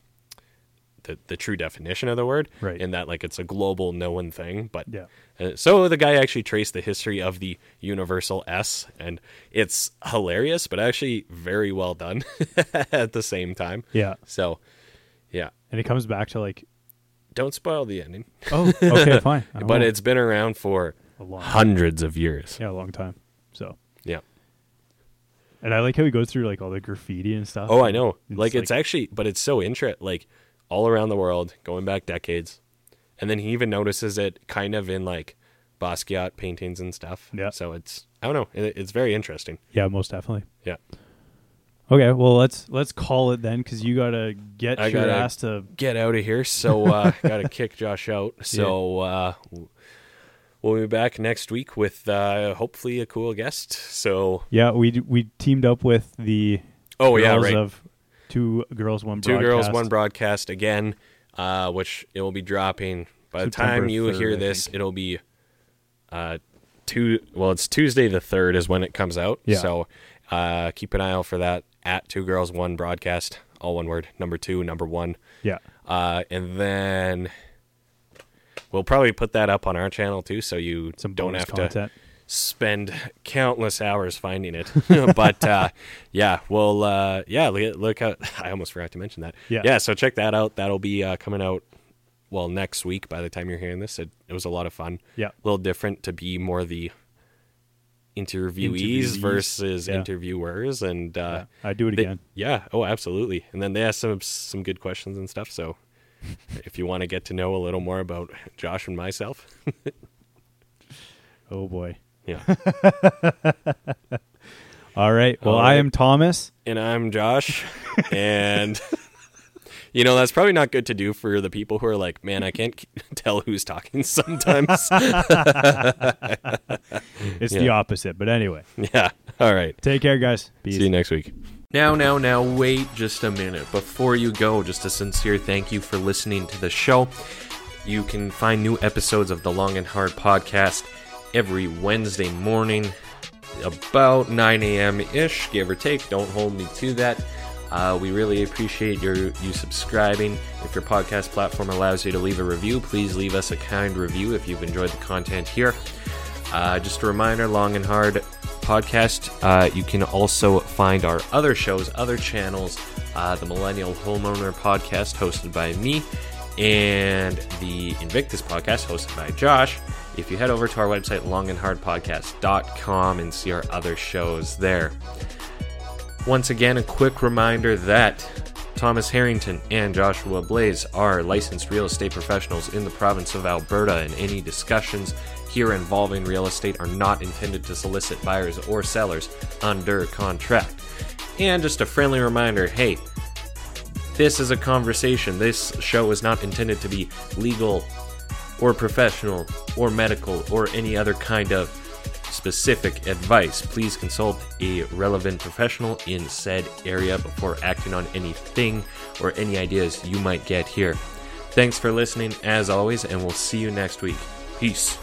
S2: The, the true definition of the word,
S1: Right.
S2: in that like it's a global known thing, but
S1: Yeah.
S2: Uh, so the guy actually traced the history of the universal S, and it's hilarious, but actually very well done at the same time.
S1: Yeah,
S2: So, yeah,
S1: and it comes back to like,
S2: don't spoil the ending,
S1: oh, okay, fine, I
S2: but
S1: won't.
S2: it's been around for
S1: a long,
S2: hundreds of years.
S1: yeah, a long time. So,
S2: Yeah.
S1: and I like how he goes through like all the graffiti and stuff.
S2: Oh, I know.
S1: It's
S2: like it's actually, but it's so intricate. Like all around the world, going back decades, and then he even notices it kind of in like Basquiat paintings and stuff.
S1: Yeah.
S2: So it's I don't know. It, it's very interesting.
S1: yeah, most definitely.
S2: Yeah.
S1: Okay, well let's let's call it then because you gotta get
S2: I
S1: your
S2: gotta-
S1: ass to
S2: get out of here. So uh, gotta kick Josh out. So uh, we'll be back next week with uh, hopefully a cool guest. So
S1: yeah. We d- we teamed up with the
S2: oh yeah,
S1: girls
S2: right.
S1: of two girls one
S2: Two girls,
S1: Broadcast.
S2: one broadcast again, uh, which it will be dropping by the
S1: September
S2: time you
S1: 3rd, I
S2: hear this.
S1: think.
S2: It'll be uh, two. Well, it's Tuesday the third is when it comes out.
S1: Yeah.
S2: So uh, keep an eye out for that at Two Girls One Broadcast, all one word. Number two, number one.
S1: yeah
S2: Uh, and then we'll probably put that up on our channel too, so you
S1: some
S2: don't
S1: bonus
S2: have to
S1: content.
S2: spend countless hours finding it. but uh, yeah, we'll uh, yeah look, look out. I almost forgot to mention that.
S1: Yeah.
S2: yeah. So check that out. That'll be uh, coming out well next week. By the time you're hearing this, it, it was a lot of fun.
S1: Yeah.
S2: a little different to be more the interviewees,
S1: Interviewees.
S2: versus
S1: Yeah.
S2: interviewers, and uh,
S1: yeah, I do it
S2: they-
S1: again.
S2: yeah. Oh, absolutely. And then they asked some some good questions and stuff. So if you want to get to know a little more about Josh and myself,
S1: Oh boy.
S2: yeah.
S1: All right. Well,
S2: All
S1: I
S2: right.
S1: am Thomas.
S2: and I'm Josh, and you know that's probably not good to do for the people who are like, man, I can't k- tell who's talking sometimes.
S1: It's
S2: Yeah.
S1: the opposite, but anyway,
S2: yeah. All right.
S1: take care, guys. Peace.
S2: See you next week. Now, now, now, wait just a minute. Before you go, just a sincere thank you for listening to the show. You can find new episodes of the Long and Hard podcast every Wednesday morning, about 9 a.m. ish, give or take. Don't hold me to that. Uh, we really appreciate your you subscribing. If your podcast platform allows you to leave a review, please leave us a kind review if you've enjoyed the content here. Uh, just a reminder, long and hard podcast. Uh, you can also find our other shows, other channels, uh, the Millennial Homeowner Podcast, hosted by me, and the Invictus Podcast, hosted by Josh. If you head over to our website, longandhardpodcast.com, and see our other shows there. Once again, a quick reminder that Thomas Harrington and Joshua Blaze are licensed real estate professionals in the province of Alberta, and any discussions here involving real estate are not intended to solicit buyers or sellers under contract. And just a friendly reminder hey, this is a conversation. This show is not intended to be legal or professional or medical or any other kind of specific advice. Please consult a relevant professional in said area before acting on anything or any ideas you might get here. Thanks for listening, as always, and we'll see you next week. Peace.